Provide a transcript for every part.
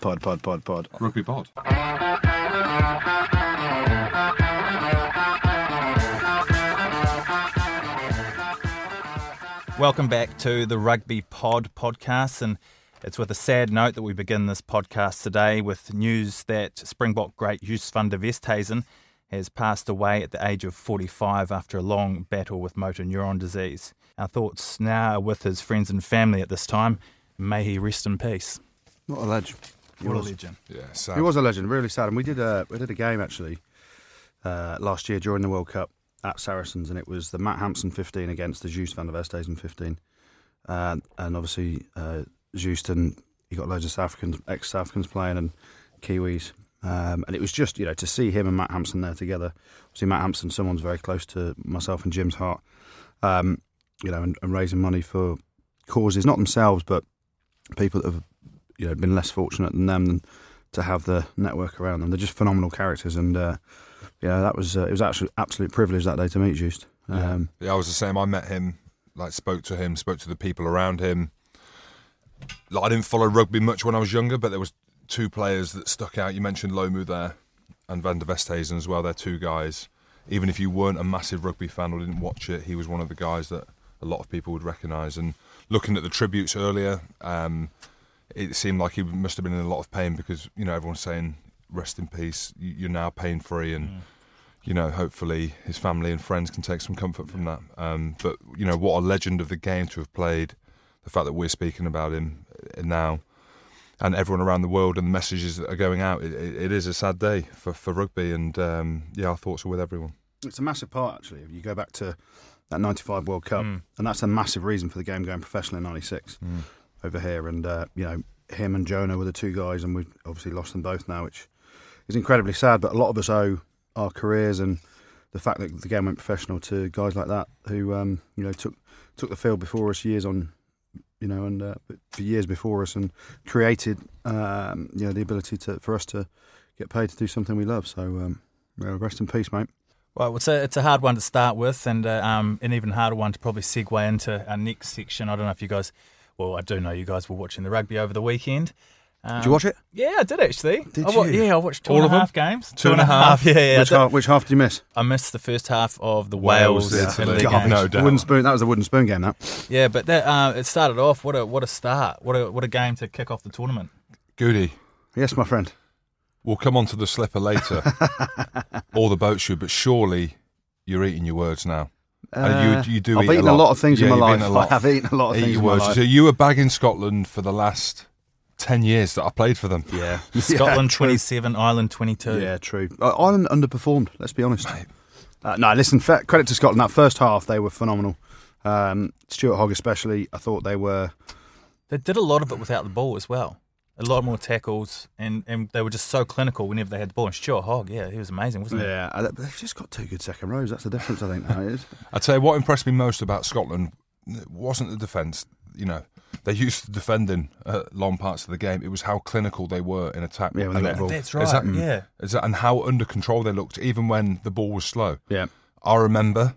pod, pod, pod, pod. Rugby pod. Welcome back to the Rugby Pod podcast. And it's with a sad note that we begin this podcast today with news that Springbok great Jus van der Vesthuizen has passed away at the age of 45 after a long battle with motor neuron disease. Our thoughts now are with his friends and family at this time. May he rest in peace. What a legend. He What a was, legend. Yeah, so he was a legend, really sad. And we did a we did a game actually uh, last year during the World Cup at Saracens, and it was the Matt Hampson 15 against the Zeus van der Vesthuizen 15. Uh, and obviously, uh, Zeus and he got loads of South Africans, ex South Africans playing and Kiwis. Um, and it was just, you know, to see him and Matt Hampson there together. Obviously, Matt Hampson, someone's very close to myself and Jim's heart, um, you know, and, and raising money for causes, not themselves, but people that have, you know, been less fortunate than them and to have the network around them. They're just phenomenal characters. And, uh, you know, that was, uh, it was actually absolute privilege that day to meet Just. Um, Yeah, I was the same. I met him, like spoke to him, spoke to the people around him. Like, I didn't follow rugby much when I was younger, but there was two players that stuck out. You mentioned Lomu there, and Van der Vesthuizen as well. They're two guys. Even if you weren't a massive rugby fan or didn't watch it, he was one of the guys that a lot of people would recognise. And looking at the tributes earlier, um, it seemed like he must have been in a lot of pain because you know everyone's saying rest in peace. you- You're now pain free and you know, hopefully his family and friends can take some comfort from that. Um, but you know, what a legend of the game to have played. The fact that we're speaking about him uh, now, and everyone around the world, and the messages that are going out, it, it, it is a sad day for, for rugby. And um, yeah, our thoughts are with everyone. it's a massive part actually. If you go back to that '95 World Mm. Cup, and that's a massive reason for the game going professional in '96 over here. And uh, you know, him and Jonah were the two guys, and we've obviously lost them both now, which is incredibly sad. But a lot of us owe our careers and the fact that the game went professional to guys like that who um, you know took took the field before us years on. You know, and uh, for years before us, and created um, you know the ability to for us to get paid to do something we love. So, um, yeah, rest in peace, mate. Well, it's a, it's a hard one to start with, and uh, um, an even harder one to probably segue into our next section. I don't know if you guys, well, I do know you guys were watching the rugby over the weekend. Um, Did you watch it? Yeah, I did actually. Did I wa- you? Yeah, I watched two All and a of them? half games. Two and a half? Yeah, yeah. I which, did- half, which half did you miss? I missed the first half of the Wales, Wales, Italy. Italy God, game. no doubt. Wooden spoon. That was a wooden spoon game. That Yeah, but that uh, it started off. What a what a start. What a what a game to kick off the tournament. Goody, yes, my friend. we'll come on to the slipper later, or the boat shoe, but surely you're eating your words now. Uh, and you, you do I've eat eaten a lot, of things Yeah, in my you've life. eaten a lot. I have eaten a lot of Eat things your in my words. life. So you were back in Scotland for the last ten years that I played for them. Yeah, Scotland twenty seven, Ireland twenty two. Yeah, true. Uh, Ireland underperformed. Let's be honest. Uh, no, listen. Fair, credit to Scotland. That first half, they were phenomenal. Um, Stuart Hogg, especially. I thought they were. They did a lot of it without the ball as well. A lot more tackles, and, and they were just so clinical whenever they had the ball. And Stuart Hogg, yeah, he was amazing, wasn't he? Yeah, uh, they've just got two good second rows. That's the difference, I think. Now it is. I tell you what impressed me most about Scotland wasn't the defence. You know, they used to defending uh, long parts of the game. It was how clinical they were in attack. Yeah, when they and got the ball. That's right. Exactly. Yeah. Is that, and how under control they looked, even when the ball was slow. Yeah. I remember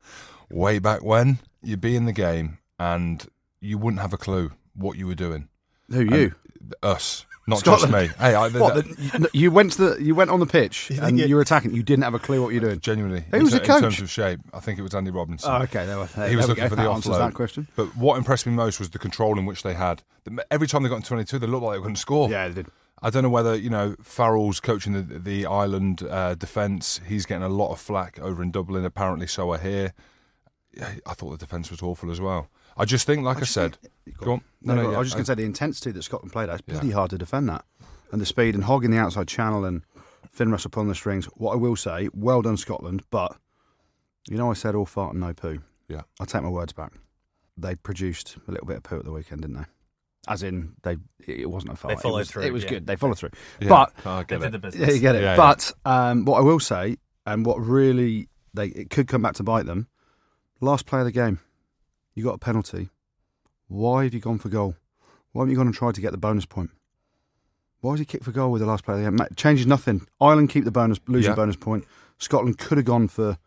way back when you'd be in the game and you wouldn't have a clue what you were doing. Who you? Us, not Scotland. just me. Hey, I, what? The, you, you went to the, you went on the pitch and it- you were attacking. You didn't have a clue what you're doing. genuinely. Who in was ter- the coach? In terms of shape, I think it was Andy Robinson. Oh, okay. There we, there he was we looking go. for the that offload. answers that question. But what impressed me most was the control in which they had. The- Every time they got in 22, they looked like they couldn't score. Yeah, they did. I don't know whether you know Farrell's coaching the the Ireland uh, defence. He's getting a lot of flack over in Dublin. Apparently, so I hear. Yeah, I thought the defence was awful as well. I just think, like I, said, go on. No, no, I was just yeah, going to say the intensity that Scotland played at, it's bloody hard to defend that. And the speed and Hogg in the outside channel and Finn Russell pulling the strings. What I will say, well done, Scotland, but you know, I said all fart and no poo. Yeah. I'll take my words back. They produced a little bit of poo at the weekend, didn't they? As in, they it wasn't a fart. it followed was, through, It was yeah. good. They followed through. yeah, But I They get did the it. business. yeah, you get it. Yeah, yeah. but Um, what I will say, and what really they it could come back to bite them. Last play of the game, you got a penalty. Why have you gone for goal? Why haven't you gone and tried to get the bonus point? Why is he kicked for goal with the last play of the game? Mate, changes nothing. Ireland keep the bonus, losing Yeah. bonus point. Scotland could have gone for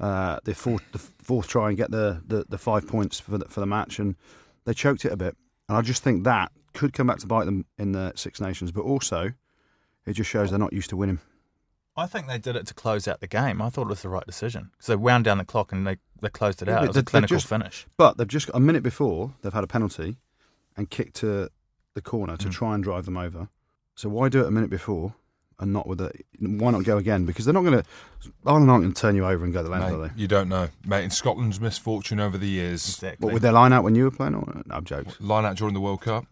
uh, the fourth, the fourth try and get the, the, the five points for the, for the match, and they choked it a bit. And I just think that could come back to bite them in the Six Nations, but also it just shows they're not used to winning. I think they did it to close out the game. I thought it was the right decision because they wound down the clock and they, they closed it Yeah, out. but it was a they- they clinical just- finish. But they've just a minute before they've had a penalty and kicked to the corner to Mm. try and drive them over. So why do it a minute before and not with the? Why not go again? Because they're not going to. Ireland aren't going to turn you over and go to the Mate, land, are they? you don't know, mate. In Scotland's misfortune over the years, Exactly. What with their line out when you were playing? Or, no, I'm jokes. line out during the World Cup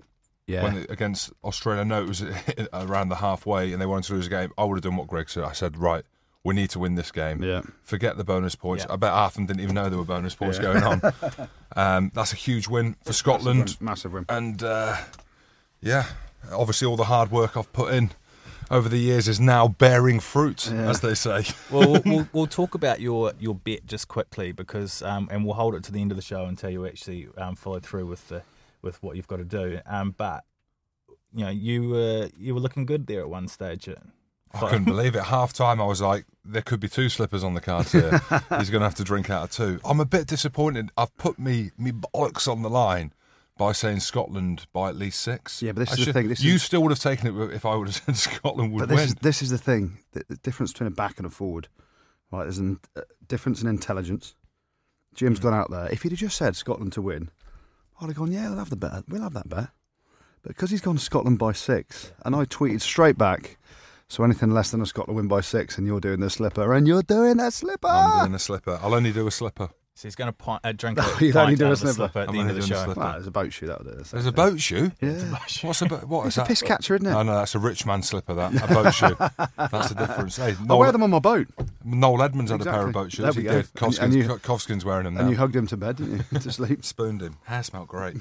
Yeah, when they- against Australia. No, it was around the halfway, and they wanted to lose a game. I would have done what Greg said. I said, right, we need to win this game. yeah. Forget the bonus points. Yeah. I bet half of them didn't even know there were bonus points going on. um, that's a huge win for Scotland, massive win. and uh, yeah, obviously all the hard work I've put in over the years is now bearing fruit, Yeah. as they say. well, we'll- we'll, we'll talk about your, your bet just quickly because, um, and we'll hold it to the end of the show until you actually um, follow through with the with what you've got to do. Um, but you know, you were you were looking good there at one stage. I couldn't believe it. Half time, I was like, there could be two slippers on the card here. He's going to have to drink out of two. I'm a bit disappointed. I've put me, me bollocks on the line by saying Scotland by at least six. Yeah, but this I is the thing, this you is- still would have taken it if I would have said Scotland would But this win. is this is the thing: the, the difference between a back and a forward. Right, there's a uh, difference in intelligence. Jim's gone out there. If he'd have just said Scotland to win, I'd have gone, yeah, we'll have the bet. We'll have that bet. But because he's gone Scotland by six, and I tweeted straight back, so anything less than a Scotland win by six, and you're doing the slipper, and you're doing a slipper. I'm doing a slipper. I'll only do a slipper. So he's going to pint, uh, drink. A He's only pint doing out a of the sniffer. slipper at I'm the end of only the doing a show. slipper. Well, there's a boat shoe that'll do this. There's a boat shoe. Yeah, What's a boat? What is it's a that? piss catcher, isn't it? Oh no, that's a rich man slipper. That a boat shoe. That's the difference. Hey, I wear Noel, them on my boat, Noel Edmonds had a pair of Exactly. boat There shoes. we He go. did. Kovskin's, And you- Kovskin's wearing them now. and you hugged him to bed, didn't you? to sleep. Spooned him. Hair smelled great.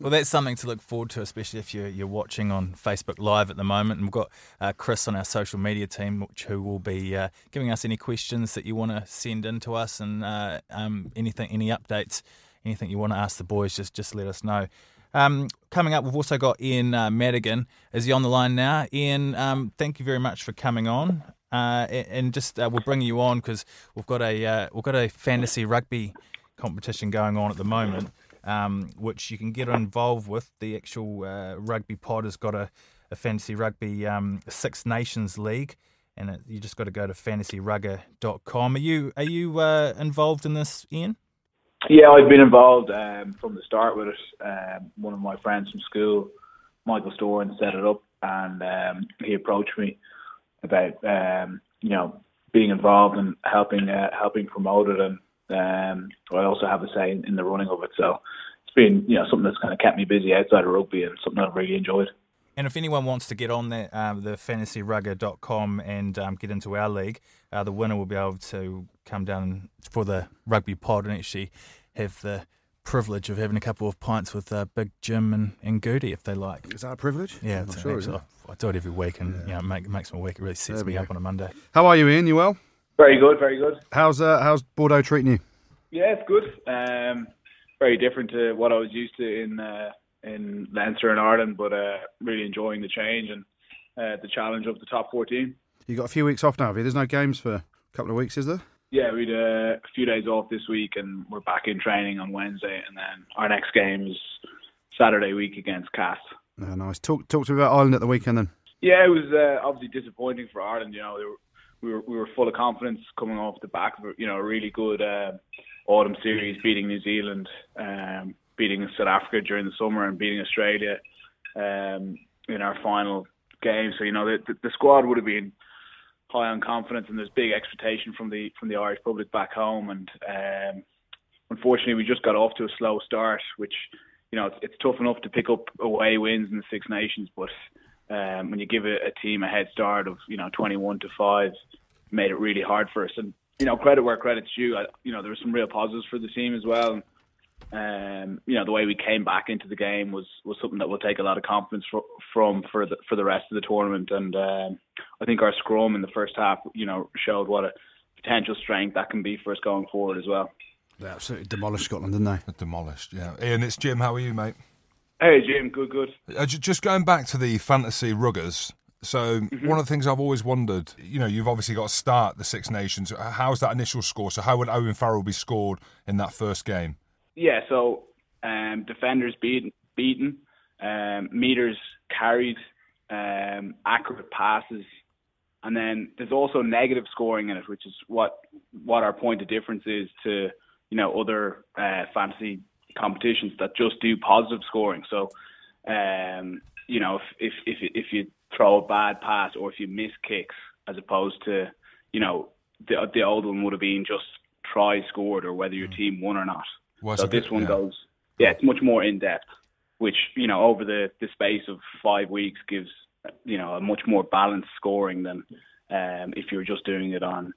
Well, that's something to look forward to, especially if you're, you're watching on Facebook Live at the moment. And we've got uh, Chris on our social media team, which who will be uh, giving us any questions that you want to send in to us, and uh, um, anything, any updates, anything you want to ask the boys, just just let us know. Um, coming up, we've also got Ian uh, Madigan. Is he on the line now? Ian, um, thank you very much for coming on. Uh, a- and just uh, we'll bring you on because we've got a uh, we've got a fantasy rugby competition going on at the moment, um, which you can get involved with. The actual uh, rugby pod has got a, a fantasy rugby um, Six Nations League, and it, you just got to go to fantasyrugger.com. Are you are you uh, involved in this, Ian? Yeah, I've been involved um, from the start with it. Um, one of my friends from school, Michael Storen, set it up, and um, he approached me about um, you know being involved and helping uh, helping promote it, and um, I also have a say in, in the running of it. So it's been you know something that's kind of kept me busy outside of rugby, and something I've really enjoyed. And if anyone wants to get on that, um, the fantasyrugger.com and um, get into our league, uh, the winner will be able to come down for the rugby pod and actually have the privilege of having a couple of pints with uh, Big Jim and, and Goody if they like. Is that a privilege? Yeah, I'm not it's- sure. it's- is it? I, I do it every week, and you know, it make, makes my week. It really sets There we me go. up on a Monday. How are you, Ian? You well? Very good, very good. How's uh, how's Bordeaux treating you? Yeah, it's good. Um, very different to what I was used to in uh, in Leinster and Ireland, but uh, really enjoying the change and uh, the challenge of the top 14. You got a few weeks off now, have you? There's no games for a couple of weeks, is there? Yeah, we had uh, a few days off this week, and we're back in training on Wednesday, and then our next game is Saturday week against Cass. No, nice. Talk talk to me about Ireland at the weekend then. Yeah, it was uh, obviously disappointing for Ireland. You know, they were, we were we were full of confidence coming off the back of you know a really good uh, autumn series, beating New Zealand, um, beating South Africa during the summer, and beating Australia um, in our final game. So you know the, the, the squad would have been high on confidence, and there's big expectation from the from the Irish public back home. And um, unfortunately, we just got off to a slow start, which you know it's, it's tough enough to pick up away wins in the Six Nations, but um, when you give a, a team a head start of you know 21 to five, made it really hard for us. And you know credit where credit's due. I, you know there were some real positives for the team as well. Um, you know the way we came back into the game was was something that we'll take a lot of confidence fro- from for the for the rest of the tournament. And um, I think our scrum in the first half, you know, showed what a potential strength that can be for us going forward as well. They absolutely demolished Scotland, didn't they? Demolished, yeah. Ian, it's Jim. How are you, mate? Hey Jim, good, good. Uh, ju- just going back to the fantasy ruggers. So Mm-hmm. one of the things I've always wondered, you know, you've obviously got to start the Six Nations. Uh, How's that initial score? So how would Owen Farrell be scored in that first game? Yeah, so um, defenders beat, beaten, um, meters carried, um, accurate passes, and then there's also negative scoring in it, which is what what our point of difference is to you know other uh, fantasy competitions that just do positive scoring. So um, you know if, if if if you throw a bad pass or if you miss kicks, as opposed to you know the the old one would have been just try scored or whether your team won or not. Well, it's so a bit- this one yeah. goes, yeah, it's much more in depth, which you know over the the space of five weeks gives you know a much more balanced scoring than um, if you're just doing it on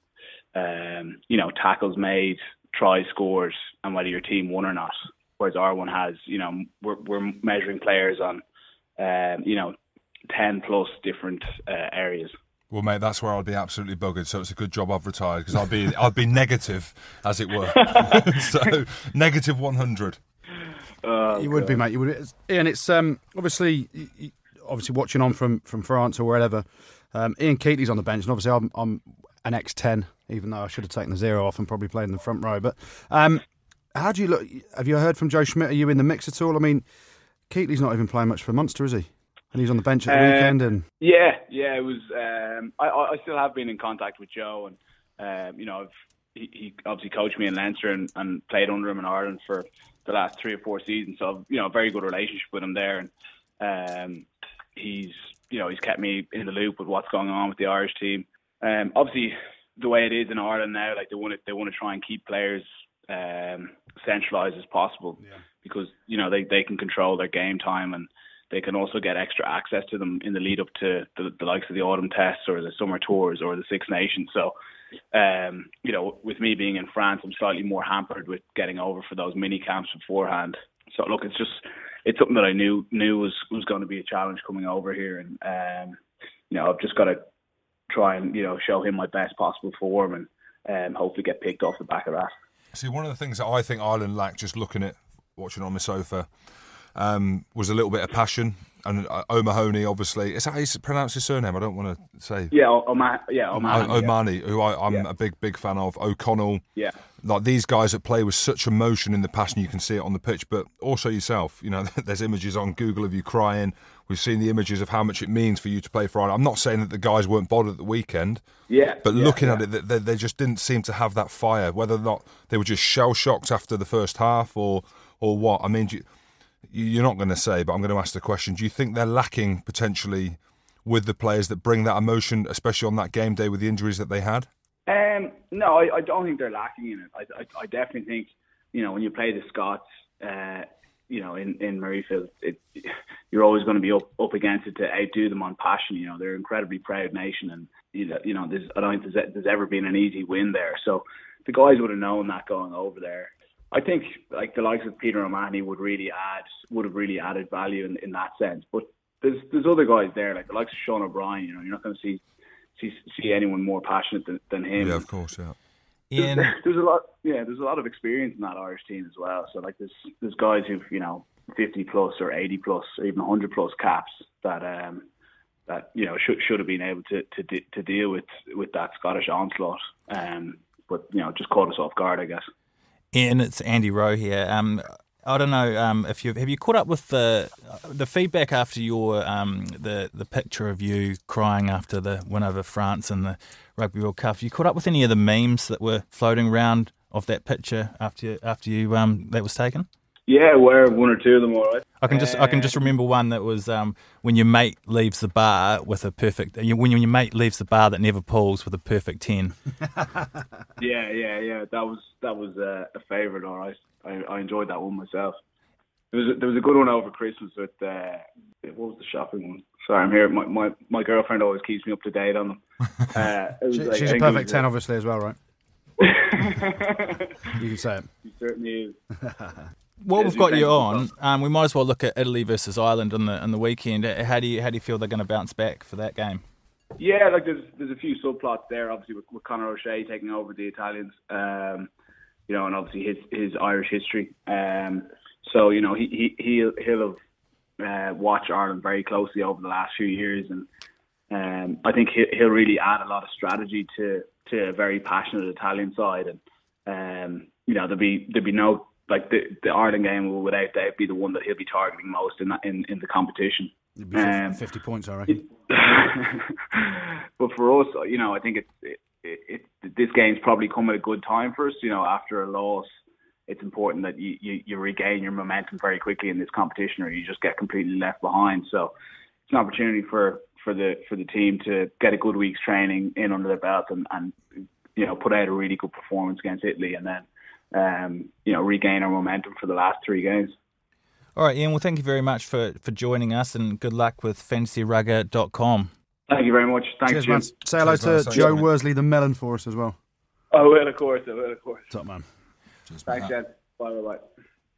um, you know tackles made, try scores, and whether your team won or not. Whereas our one has you know we're we're measuring players on um, you know ten plus different uh, areas. Well, mate, that's where I'd be absolutely buggered. So it's a good job I've retired because I'd be I'd be negative, as it were. so negative one hundred. you would be, mate. You would, it's- and it's um, obviously, y- y- obviously watching on from, from France or wherever. Um, Ian Keatley's on the bench, and obviously I'm, I'm an X10, even though I should have taken the zero off and probably played in the front row. But um, how do you look? Have you heard from Joe Schmidt? Are you in the mix at all? I mean, Keatley's not even playing much for Munster, is he? And he's on the bench at the Uh, weekend, and Yeah, yeah, it was. Um, I, I I still have been in contact with Joe, and um, you know, I've, he, he obviously coached me in Leinster and, and played under him in Ireland for the last three or four seasons. So I've, you know, a very good relationship with him there, and um, he's you know he's kept me in the loop with what's going on with the Irish team. Um, obviously, the way it is in Ireland now, like they want to they want to try and keep players um, centralised as possible because you know they they can control their game time and they can also get extra access to them in the lead up to the, the likes of the autumn tests or the summer tours or the Six Nations. So, um, you know, with me being in France, I'm slightly more hampered with getting over for those mini camps beforehand. So, look, it's just it's something that I knew knew was was going to be a challenge coming over here, and um, you know, I've just got to try and you know show him my best possible form and. Um, hopefully get picked off the back of that. See, one of the things that I think Ireland lacked, just looking at watching on my sofa, um, was a little bit of passion. And uh, O'Mahony, obviously, is that how you s- pronounce his surname? I don't want to say Yeah, Oma- yeah, O'Mahony, O- yeah. O'Mahony, who I, I'm Yeah. a big, big fan of. O'Connell, yeah. like these guys that play with such emotion in the passion, you can see it on the pitch, but also yourself. You know, there's images on Google of you crying. We've seen the images of how much it means for you to play for Ireland. I'm not saying that the guys weren't bothered at the weekend, Yeah, but yeah, looking at it, they, they just didn't seem to have that fire. Whether or not they were just shell shocked after the first half, or or what. I mean, do you, you're not going to say, but I'm going to ask the question: Do you think they're lacking potentially with the players that bring that emotion, especially on that game day with the injuries that they had? Um, no, I, I don't think they're lacking in it. I, I, I definitely think, you know, when you play the Scots, uh, you know, in in Murrayfield, it, you're always going to be up, up against it to outdo them on passion. You know, they're an incredibly proud nation, and you know, you know, there's I don't think there's, there's ever been an easy win there. So the guys would have known that going over there. I think like the likes of Peter O'Mahony would really add would have really added value in, in that sense. But there's there's other guys there like the likes of Sean O'Brien. You know, you're not going to see see see anyone more passionate than, than him. Yeah, of course, yeah. Ian, There's, there's a lot, yeah. There's a lot of experience in that Irish team as well. So like, there's there's guys who've you know 50 plus or 80 plus or even 100 plus caps that um that you know should should have been able to to de- to deal with with that Scottish onslaught. Um, but you know, just caught us off guard, I guess. Ian, it's Andy Rowe here. Um, I don't know um, if you have you caught up with the the feedback after your um, the the picture of you crying after the win over France in the Rugby World Cup. You caught up with any of the memes that were floating around of that picture after you, after you um, that was taken? Yeah, where one or two of them, all right. I can just I can just remember one that was um, when your mate leaves the bar with a perfect you- when your mate leaves the bar that never pulls with a perfect ten. Yeah, yeah, yeah. That was that was uh, a favourite. All right, I, I enjoyed that one myself. There was a, there was a good one over Christmas with uh, what was the shopping one? Sorry, I'm here. My my, my girlfriend always keeps me up to date on them. Uh, it was she- like- she's I a think it was perfect ten, like- obviously as well, right? You can say it. She certainly is. Well, Yeah, we've do got you on. think- Um, we might as well look at Italy versus Ireland on the on the weekend. Uh, How do you how do you feel they're going to bounce back for that game? Yeah, like there's there's a few subplots there. Obviously, with, with Conor O'Shea taking over the Italians, um, you know, and obviously his his Irish history. Um, so you know, he he he'll, he'll have uh, watched Ireland very closely over the last few years, and um, I think he, he'll really add a lot of strategy to to a very passionate Italian side, and um, you know, there'll be there'll be no like the the Ireland game will without doubt be the one that he'll be targeting most in that, in in the competition. It'd be Um, fif- 50 points, I reckon. but for us, you know, I think it's it, it, it, this game's probably come at a good time for us. You know, after a loss, it's important that you, you, you regain your momentum very quickly in this competition, or you just get completely left behind. So it's an opportunity for for the for the team to get a good week's training in under their belt and, and you know put out a really good performance against Italy, and then um, you know regain our momentum for the last three games. All right, Ian. Well, thank you very much for, for joining us, and good luck with fantasyrugger.com. Thank you very much. Thanks, Cheers, Jim. man. Say hello Cheers, man. to Thanks, Joe mate. Worsley, the melon for us as well. I will, Oh, of course. I will, of course. Top man. Just Thanks, that. Jed. Bye, bye, bye.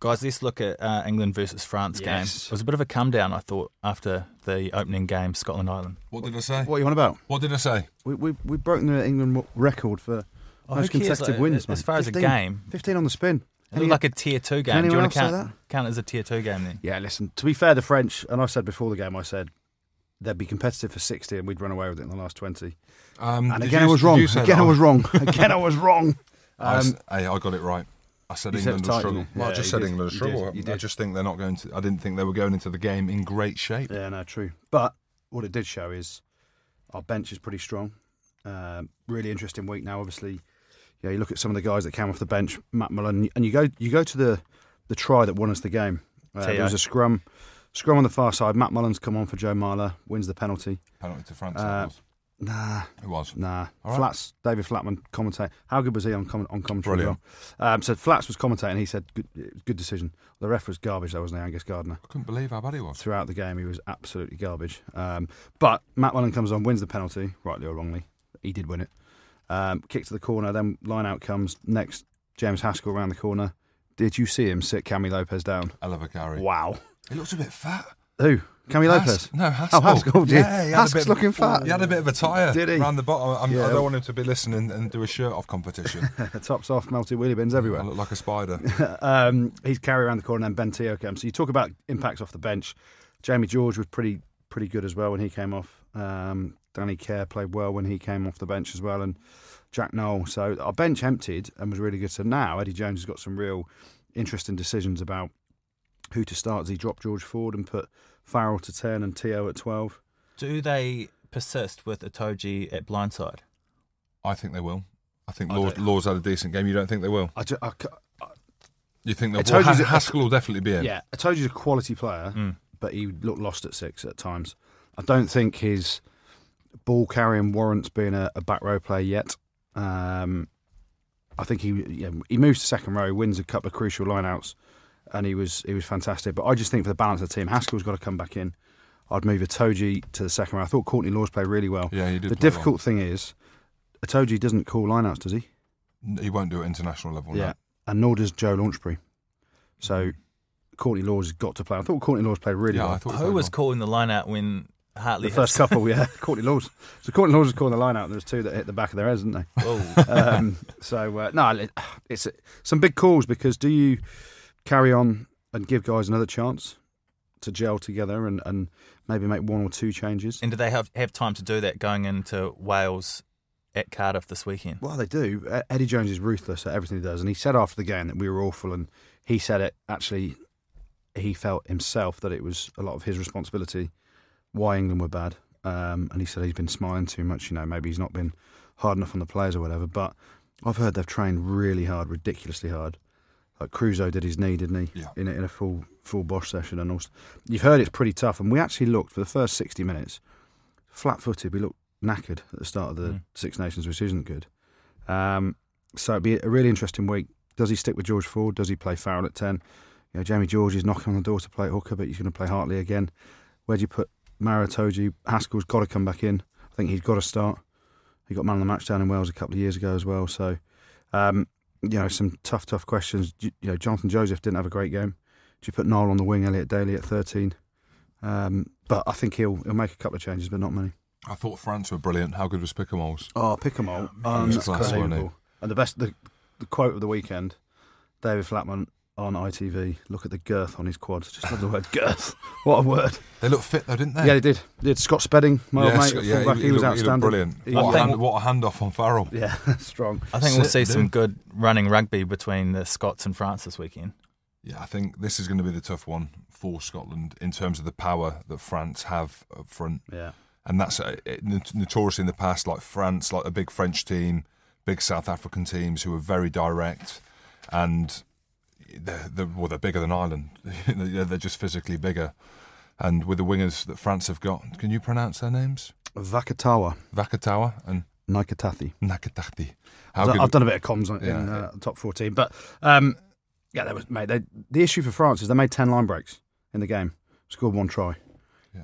Guys, let's look at uh, England versus France game. Yes. It was a bit of a come down, I thought, after the opening game, Scotland Island. What did I say? What are you on about? What did I say? We, we, we've broken the England w- record for most Oh, who cares, contested like, wins, as man. far as a 15 game. 15 on the spin. It looked like a tier two game. Do anyone you want else to say count, that? count it as a tier two game then? Yeah, listen, to be fair, the French, and I said before the game, I said they'd be competitive for 60 and we'd run away with it in the last 20. Um, And did again, you- I was did wrong. you say Again, that? I was wrong. Again, I was wrong. I s- Um, hey, I got it right. I said You said England it will tight, struggle. didn't you? Well, I Yeah, just you said did. England will You did. struggle. You I did. just think they're not going to. I didn't think they were going into the game in great shape. yeah, no, true. But what it did show is our bench is pretty strong. Um, really interesting week now, obviously. Yeah, you look at some of the guys that came off the bench, Matt Mullen, and you go you go to the the try that won us the game. Uh, Theo. there was a scrum, scrum on the far side. Matt Mullen's come on for Joe Marler, wins the penalty. Penalty to France. Uh, it was. Nah, It was. Nah, All right. Flats. David Flatman commentating. How good was he on comment on commentary? Brilliant. as well? Um, so Flats was commentating. He said, "Good, good decision." The ref was garbage. That wasn't he, Angus Gardner. I couldn't believe how bad it was. Throughout the game, he was absolutely garbage. Um, but Matt Welland comes on, wins the penalty, rightly or wrongly. He did win it. Um, kick to the corner, then line out comes next. James Haskell around the corner. Did you see him sit Cami Lopez down? Elavagari. Wow. He looks a bit fat. Who? Cami Lopez. Hask- No, Haskell. Oh, Haskell did. Yeah, he had a Hask's bit of- looking fat. He had a bit of a tyre Did he? around the bottom. I'm, Yeah. I don't want him to be listening and do a shirt off competition. Tops off, melted wheelie bins everywhere. I look like a spider. um, he's carry around the corner, and then Ben Teo came. So you talk about impacts off the bench. Jamie George was pretty pretty good as well when he came off. Um, Danny Kerr played well when he came off the bench as well, and Jack Noel. So our bench emptied and was really good. So now Eddie Jones has got some real interesting decisions about who to start. Does he drop George Ford and put Farrell to ten and Teo at twelve? Do they persist with Itoji at blindside? I think they will. I think I Laws, don't- Laws had a decent game. You don't think they will? I, ju- I c- You think I they'll? told Well, you Has- that- Haskell will definitely be in. Yeah, Hmm. I told you he's a quality player, but he looked lost at six at times. I don't think his ball carrying warrants being a, a back row player yet. Um, I think he yeah, he moves to second row, wins a couple of crucial lineouts, and he was he was fantastic. But I just think for the balance of the team, Haskell's got to come back in. I'd move Atoji to the second row. I thought Courtney Laws played really well. Yeah, he did. the play difficult thing is, Atoji doesn't call lineouts, does he? well. He won't do it international level. Yeah. And nor does Joe Launchbury. So Courtney Laws has got to play. I thought Courtney Laws played really Yeah, well. I thought. he Who played was well. calling the line out when Hartley the first hits- couple, yeah. Courtney Laws. So Courtney Laws was calling the line out. and There was two that hit the back of their heads, didn't they? Oh. Um, so uh, no, it- it's some big calls because do you carry on and give guys another chance to gel together and, and maybe make one or two changes? And do they have, have time to do that going into Wales at Cardiff this weekend? Well, they do. E- Eddie Jones is ruthless at everything he does, and he said after the game that we were awful, and he said it actually. He felt himself that it was a lot of his responsibility why England were bad, um, and he said he's been smiling too much. You know, maybe he's not been hard enough on the players or whatever. But I've heard they've trained really hard, ridiculously hard. Like Crusoe did his knee, didn't he? Yeah. In a, in a full full Bosch session, and also you've heard it's pretty tough. And we actually looked for the first sixty minutes flat footed. We looked knackered at the start of the Mm. Six Nations, which isn't good. Um, so it'd be a really interesting week. Does he stick with George Ford? Does he play Farrell at 10? You know, Jamie George is knocking on the door to play hooker, but he's going to play Hartley again. Where do you put Maratoji? Haskell's got to come back in. I think he's got to start. He got man of the match down in Wales a couple of years ago as well. So, um, you know, some tough, tough questions. You, you know, Jonathan Joseph didn't have a great game. Do you put Noel on the wing, Elliot Daly at 13? Um, but I think he'll he'll make a couple of changes, but not many. I thought France were brilliant. How good was Pickamoles? Oh, pick 'em all. man. He was class, wasn't he? Unbelievable. And the best, the, the quote of the weekend, David Flatman, on ITV. Look at the girth on his quad. Just love the word girth. What a word. They look fit though, didn't they? Yeah, they did. They did Scott Spedding, my old Yeah, mate. Scott- at yeah, fullback. he, was looked- outstanding. He looked He- brilliant. What, I a think- hand, what a handoff on Farrell. yeah, strong. I think we'll Sit see down. some good running rugby between the Scots and France this weekend. Yeah, I think this is going to be the tough one for Scotland in terms of the power that France have up front, Yeah. and that's uh, it- not- notorious in the past. Like France, like a big French team, big South African teams who are very direct, and they're, they're, well, they're bigger than Ireland. they're they're just physically bigger, and with the wingers that France have got, can you pronounce their names? Vakatawa, Vakatawa and Nikatathi. Nakatati. I've How done, good? I've done a bit of comms on, in Yeah. uh, top 14. But um, yeah, that was, mate, they, the issue for France is they made 10 line breaks in the game, scored one try.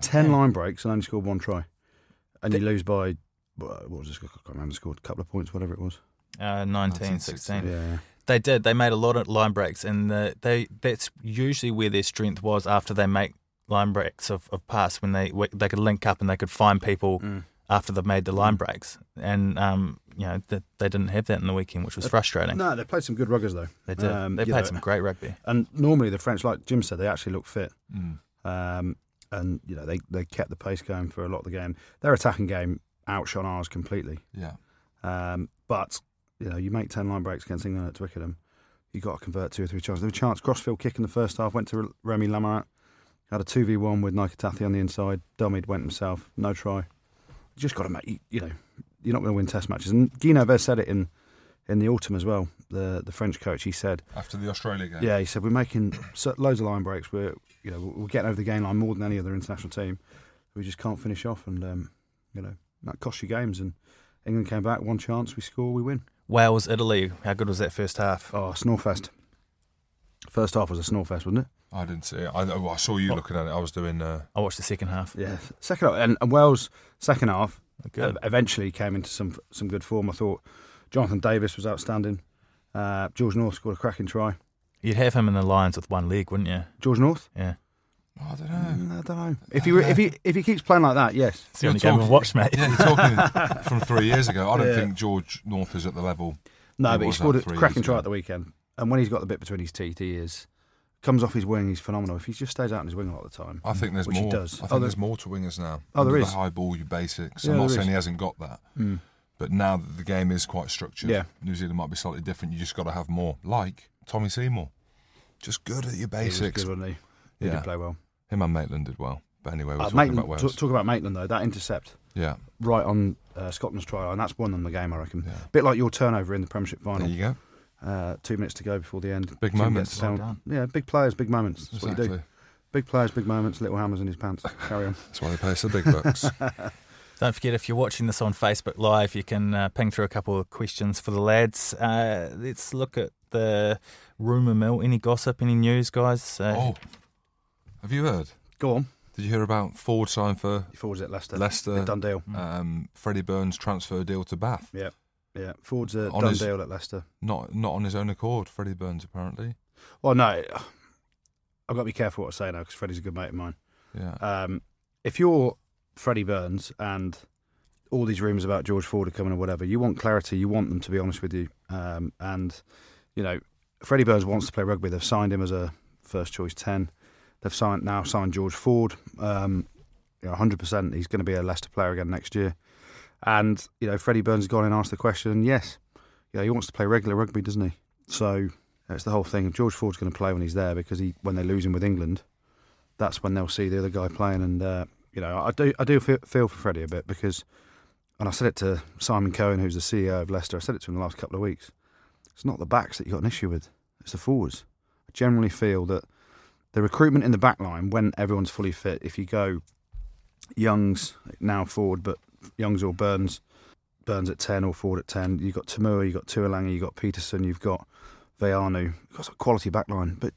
10 line breaks and only scored one try. And you lose by, what was it? I can't remember, scored a couple of points, whatever it was. Uh, 19, 16. Yeah. yeah. They did. They made a lot of line breaks, and the, they that's usually where their strength was after they make line breaks of, of pass when they wh- they could link up and they could find people Mm. after they've made the line breaks. And um, you know th- they didn't have that in the weekend, which was frustrating. No, they played some good ruggers, though. They did. Um, they you played know, some great rugby. And normally the French, like Jim said, they actually look fit. Mm. Um, and, you know, they, they kept the pace going for a lot of the game. Their attacking game outshone ours completely. Yeah. Um, but you know, you make ten line breaks against England at Twickenham, you got to convert two or three chances. There was a chance crossfield kick in the first half went to Remy Lamarat, had a two v one with Nikatathi on the inside. Dummied went himself, no try. You just got to make you, you know, you're not going to win Test matches. And Guy Nevers said it in in the autumn as well. The the French coach he said, After the Australia game. yeah, he said we're making so- loads of line breaks. We're you know we're getting over the game line more than any other international team. We just can't finish off, and um, you know that costs you games. And England came back, one chance, we score, we win. Wales, Italy. How good was that first half? Oh, Snorefest. First half was a Snorefest, wasn't it? I didn't see it. I, oh, I saw you looking at it. I was doing. Uh, I watched the second half. Yeah. Second half, and, and Wales' second half Good. ev- eventually came into some some good form. I thought Jonathan Davis was outstanding. Uh, George North scored a cracking try. You'd have him in the Lions with one leg, wouldn't you? George North? Yeah. Oh, I don't know. Mm, I don't know. If he were- if he if he keeps playing like that, yes. It's the only game I've watched, mate. Yeah, you're talking from three years ago. I don't Yeah. think George North is at the level. No, He but he was scored a that three cracking years try ago. at the weekend. And when he's got the bit between his teeth, he is comes off his wing. He's phenomenal. If he just stays out on his wing a lot of the time, I think there's Which he more. does. I think Oh, there- there's more to wingers now. Oh, there Under is. The high ball, your basics. Yeah, I'm there not saying is. Hmm. he hasn't got that, but now that the game is quite structured, Yeah. New Zealand might be slightly different. You just got to have more, like Tommy Seymour, just good at your he was basics. good, wasn't he? He Yeah. did play well. Him and Maitland did well. But anyway, we're Uh, talking Maitland- about Wales. talk- talk about Maitland though. That intercept. yeah, right on uh, Scotland's try line. That's won them the game, I reckon. Yeah. Bit like your turnover in the Premiership there final. you go. Uh, two minutes to go before the end. Big Team moments. gets Well down. done. yeah, big players, big moments. That's what you Exactly. do. Big players, big moments. Little hammers in his pants. Carry on. That's why they pay us the big bucks. Don't forget, if you're watching this on Facebook Live, you can uh, ping through a couple of questions for the lads. Uh, let's look at the rumour mill. Any gossip, any news, guys? Uh, oh, have you heard? Go on. Did you hear about Ford sign for He forwards at Leicester. Leicester? They've done deal. um, Freddie Burns' transfer deal to Bath. Yeah. Yeah. Ford's a On done his- deal at Leicester. Not not on his own accord, Freddie Burns apparently. Well, no. I've got to be careful what I say now because Freddie's a good mate of mine. Yeah. Um, if you're Freddie Burns and all these rumours about George Ford are coming or whatever, you want clarity. You want them to be honest with you. Um, and you know, Freddie Burns wants to play rugby. They've signed him as a first choice ten. They've signed now signed George Ford. Um, you know, 100%. He's going to be a Leicester player again next year. And you know, Freddie Burns has gone and asked the question. And yes, you know, he wants to play regular rugby, doesn't he? So it's the whole thing. George Ford's going to play when he's there because he when they lose him with England, that's when they'll see the other guy playing. And uh, you know, I do I do feel, feel for Freddie a bit because, and I said it to Simon Cohen, who's the CEO of Leicester. I said it to him the last couple of weeks. It's not the backs that you have got an issue with; it's the forwards. I generally feel that the recruitment in the back line, when everyone's fully fit, if you go Youngs now forward, but Youngs or Burns, Burns at ten or Ford at ten, you've got Tamua, you've got Tuolanga, you've got Peterson, you've got Veanu. You've got a quality back line, but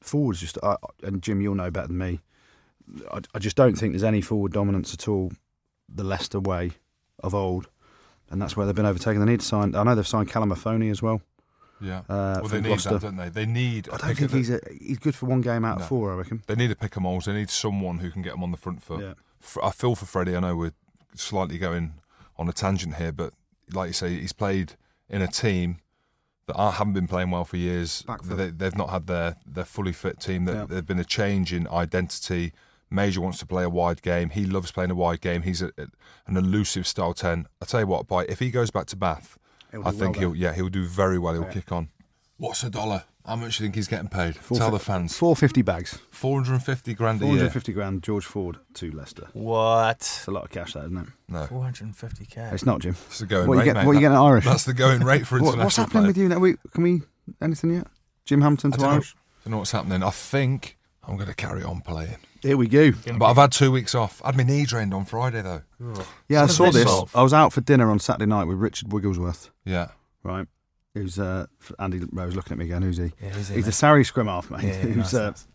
forwards just I, and Jim, you'll know better than me. I, I just don't think there's any forward dominance at all the Leicester way of old, and that's where they've been overtaken. They need to sign. I know they've signed Callum Afoni as well. yeah. Uh, well, from they need Gloucester. that, don't they? They need. a I don't pick- think he's a, he's good for one game out No. of four. I reckon. They need a pick 'em alls. They need someone who can get them on the front foot. Yeah. F- I feel for Freddie. I know we're slightly going on a tangent here, but like you say, he's played in a team that are, haven't been playing well for years. Back foot. They, they've not had their, their fully fit team. That Yeah. there's been a change in identity. Major wants to play a wide game. He loves playing a wide game. He's a, a- an elusive style ten. I tell you what, boy, if he goes back to Bath, He'll I do think well he'll yeah he'll do very well. He'll kick on. What's a dollar? How much do you think he's getting paid? Tell the fans. Four fifty bags, Four hundred and fifty grand a four hundred year. fifty grand. George Ford to Leicester. What? It's a lot of cash, that isn't it? No, 450k. It's not, Jim. that's the going What rate, you get? mate. What you That- getting at Irish? That's the going rate for What- international. what's happening players. with you now? We, can we anything yet? Jim Hampton I to don't, know, Irish. don't know what's happening. I think I'm going to carry on playing. Here we go. But I've had two weeks off. I had my knee drained on Friday, though. Yeah, I Sort of saw mix this. of. I was out for dinner on Saturday night with Richard Wigglesworth. Yeah. Right, who's uh, Andy Rose looking at me again? Who's he? Yeah, who's he, He's a mate? Sarri scrum half, mate. Yeah, who's nice, uh, nice.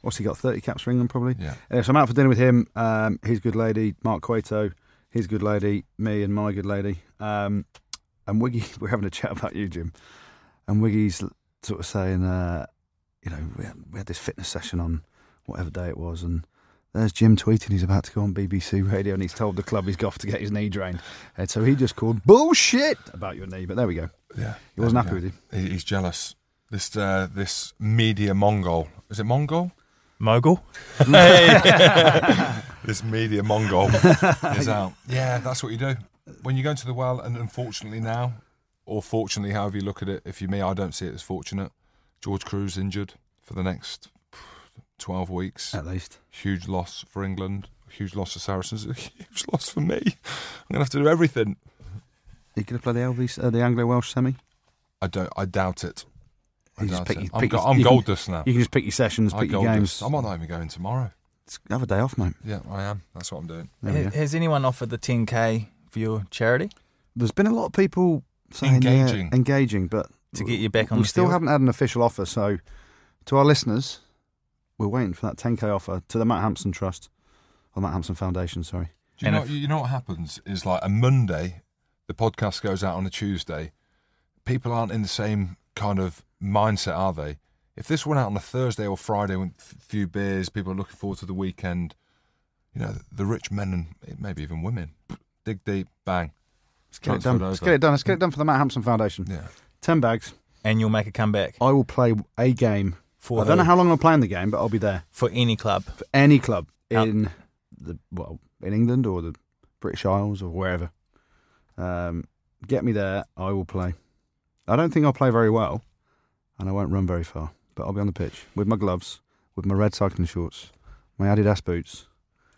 what's he got? Thirty caps for England, probably. Yeah. Anyway, so I'm out for dinner with him, um, his good lady, Mark Cueto, his good lady, me and my good lady. Um, and Wiggy, we're having a chat about you, Jim. And Wiggy's l- sort of saying, uh, you know, we had, we had this fitness session on whatever day it was, and there's Jim tweeting he's about to go on BBC Radio and he's told the club he's got to get his knee drained. And so he just called bullshit about your knee, but there we go. Yeah. He wasn't happy There we with you. go. He- He's jealous. This uh, this media Mongol. Is it Mongol? Mogul? This media Mongol is out. Yeah, that's what you do. When you go into the well, and unfortunately now, or fortunately, however you look at it, if you're me, I don't see it as fortunate. George Cruz injured for the next 12 weeks. At least. huge loss for England, huge loss for Saracens, a huge loss for me. I'm gonna have to do everything. He could have played the, LV, uh, the Anglo-Welsh semi. I don't. I doubt it. I You just doubt pick it. your- I'm, pick go- your- I'm you can- gold dust now. You can just pick your sessions, I pick your gold games. dust. I might not even going tomorrow. Have a day off, mate. Yeah, I am. That's what I'm doing. There we go. Ha- Has anyone offered the 10k for your charity? There's been a lot of people saying yeah, Engaging. engaging, but To get you back on we the still field? haven't had an official offer. So, to our listeners, we're waiting for that 10k offer to the Matt Hampson Trust or Matt Hampson Foundation. Sorry, Do you, And know, if- you know what happens is like a Monday, the podcast goes out on a Tuesday. People aren't in the same kind of mindset, are they? If this went out on a Thursday or Friday with a few beers, people are looking forward to the weekend. You know, the rich men and maybe even women dig deep, bang. let's get it Transferred done. over. Let's get it done. Let's get it done for the Matt Hampson Foundation. Yeah, 10 bags. And you'll make a comeback I will play a game. for I don't know who? how long I'm playing the game, but I'll be there for any club. for any club Out. in the well in England or the British Isles or wherever. Um, get me there. I will play. I don't think I'll play very well, and I won't run very far. But I'll be on the pitch with my gloves, with my red cycling shorts, my Adidas boots,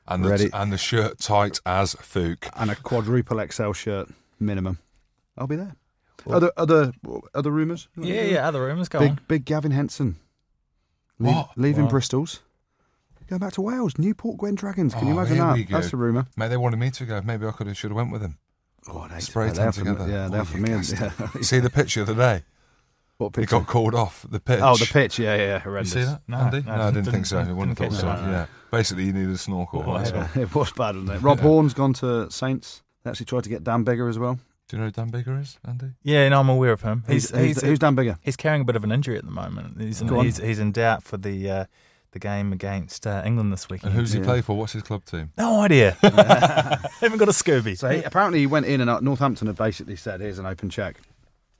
and the, Ready. and the shirt tight as Fook. and a quadruple XL shirt minimum. I'll be there. other other other rumours? Yeah, yeah, other rumours. Go Big on. big Gavin Henson. What? Leaving Wow. Bristol's. Going back to Wales, Newport Gwen Dragons. Can you Oh, imagine here we that? go. That's the rumour. Mate, they wanted me to go. Maybe I could have should have went with them. Oh, they Spray oh, tan they're for me- together. Yeah, Oh, they're for you me. and- bastard. Yeah. You see the picture today? What It picture? got called off the pitch. Oh, the pitch. Yeah, yeah, yeah, You horrendous. see that, Ah, No, Andy? no, No, I didn't, didn't- think so. I wouldn't have didn't thought so. catch that. Yeah. Basically, you needed a snorkel. Oh, that's yeah. all. Yeah, it was bad, wasn't it? Rob Yeah. Horn's gone to Saints. They actually tried to get Dan Bigger as well. Do you know who Dan Baker is, Andy? Yeah, no, I'm aware of him. Who's, He's who's, he's, who's Dan Bigger? he's carrying a bit of an injury at the moment. He's in, Go on. he's, he's in doubt for the uh, the game against uh, England this And weekend. who's he Yeah. play for? What's his club team? No idea. Haven't got a Scooby. So he, apparently he went in and uh, Northampton have basically said, "Here's an open check.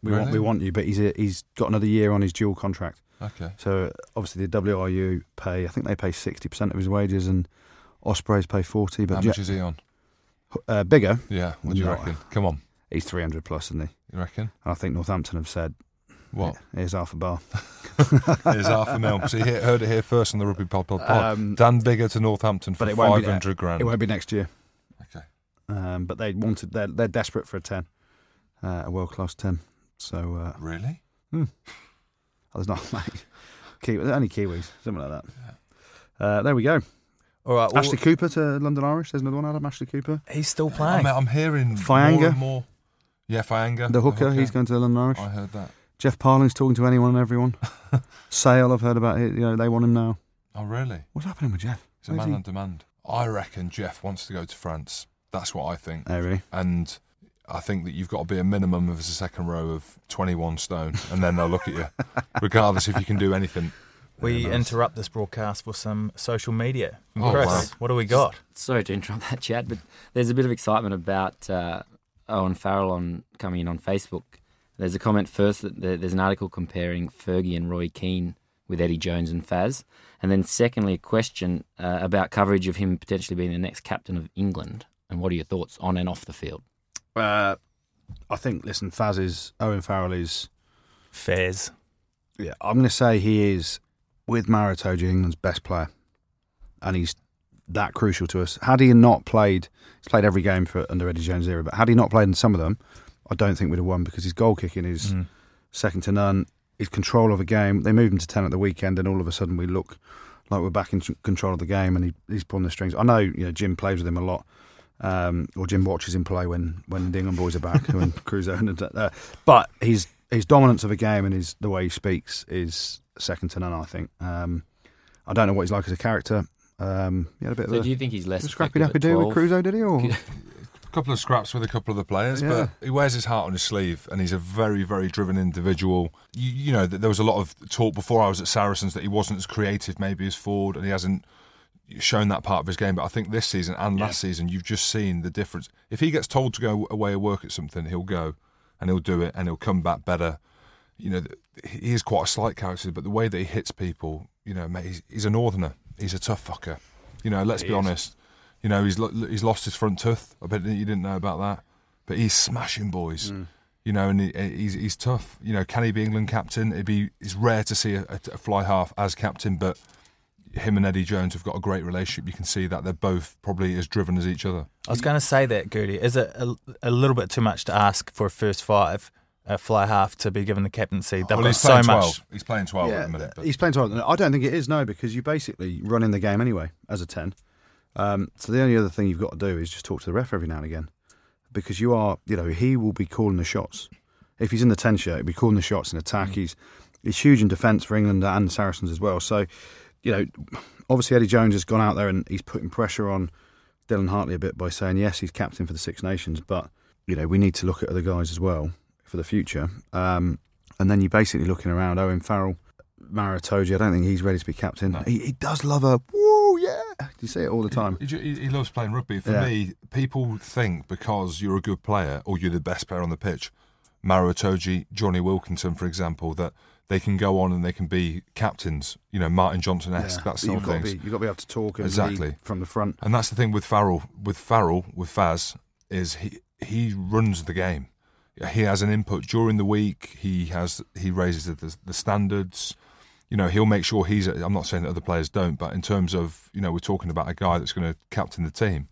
We want we Really? want you," but he's a, he's got another year on his dual contract. Okay. So uh, obviously the WRU pay. I think they pay sixty percent of his wages, and Ospreys pay forty. How But much Je- is he on? uh, Bigger, Yeah. What do you No. reckon? Come on. he's three hundred plus, isn't he? You reckon? And I think Northampton have said, What? "Here's half a bar." Here's half a mil. So you he- heard it here first on the Rugby Pod Pod Pod. Um, Dan Bigger to Northampton for but it won't be five hundred grand. It won't be next year. Okay. Um, but they wanted they're, they're desperate for a ten, uh, a world class ten. So uh, Really? there's not mate, Kiwi, only Kiwis, something like that. Uh, there we go. All right, well, Ashley Cooper to London Irish. There's another one, Adam. Ashley Cooper, he's still I'm, playing. I'm hearing more Fianga. and more. Yeah, Fianga. the hooker. He's going to the London Irish. I heard that. Jeff Parling's talking to anyone and everyone. Sale, I've heard about it. You know, they want him now. Oh, really? What's happening with Jeff? He's a Where's man he- on demand. I reckon Jeff wants to go to France. That's what I think. Oh, really? and I think that you've got to be a minimum of a second row of 21 stone, and then they'll look at you, regardless if you can do anything. we Yeah, nice. interrupt this broadcast for some social media. Oh, Chris, wow. what do we got? Sorry to interrupt that, Chad, but there's a bit of excitement about uh, Owen Farrell on coming in on Facebook There's a comment first that there- there's an article comparing Fergie and Roy Keane with Eddie Jones and Faz, and then secondly a question uh, about coverage of him potentially being the next captain of England. And what are your thoughts on and off the field? Uh, I think, listen, Faz is, Owen Farrell is, Fairs. yeah, I'm going to say he is, with Maritoji, England's best player. And he's that crucial to us. Had he not played, he's played every game for under Eddie Jones' era, but had he not played in some of them, I don't think we'd have won because his goal kicking is Mm. second to none. His control of a game, they moved him to 10 at the weekend, and all of a sudden we look like we're back in tr- control of the game and he, he's pulling the strings. I know, you know, Jim plays with him a lot, um, or Jim watches him play when, when the England boys are back, when Crusoe and uh, But his, his dominance of a game and his the way he speaks is second to none, I think. Um, I don't know what he's like as a character. Um, he had a bit So of do a you think he's less scrappy effective dappy at do with 12? Crusoe, did he? Or? A couple of scraps with a couple of the players, Yeah. but he wears his heart on his sleeve, and he's a very, very driven individual. You, you know, th- there was a lot of talk before I was at Saracens that he wasn't as creative, maybe as Ford, and he hasn't shown that part of his game. But I think this season and last season, you've just seen the difference. If he gets told to go away and work at something, he'll go and he'll do it, and he'll come back better. You know, th- he is quite a slight character, but the way that he hits people, you know, mate, he's, he's a northerner. He's a tough fucker. You know, let's be honest. You know, he's lo- he's lost his front tooth. I bet you didn't know about that. But he's smashing boys. You know, and he, eh, he's he's tough. You know, can he be England captain? It'd be it's rare to see a, a, a fly half as captain, but him and Eddie Jones have got a great relationship. You can see that they're both probably as driven as each other. I was going to say that, Gertie. Is it a, a little bit too much to ask for a first five, a fly half, to be given the captaincy? They've got Oh, he's so playing much. 12. He's playing 12 yeah, at the minute. But he's playing twelve. I don't think it is no, because you basically run in the game anyway as a ten. Um, so the only other thing you've got to do is just talk to the ref every now and again, because you are, you know, he will be calling the shots. If he's in the ten shirt, he'll be calling the shots in attack. Mm. He's he's huge in defence for England and the Saracens as well. So, you know, obviously Eddie Jones has gone out there and he's putting pressure on Dylan Hartley a bit by saying yes, he's captain for the Six Nations, but you know we need to look at other guys as well for the future. Um, and then you're basically looking around Owen Farrell, Maritoji. I don't think he's ready to be captain. He, he does love a woo, yeah. You see it all the time. He, he- he loves playing rugby. For Yeah. me, people think because you're a good player or you're the best player on the pitch, Marutoji, Johnny Wilkinson, for example, that they can go on and they can be captains. You know, Martin Johnson esque, Yeah. that But sort you've of got to thing. be you've got to be able to talk and Exactly. lead from the front. And that's the thing with Farrell, with Farrell, with Faz, is he he runs the game. He has an input during the week. He has he raises the, the standards. You know, he'll make sure he's. I'm not saying that other players don't, but in terms of you know, we're talking about a guy that's going to captain the team.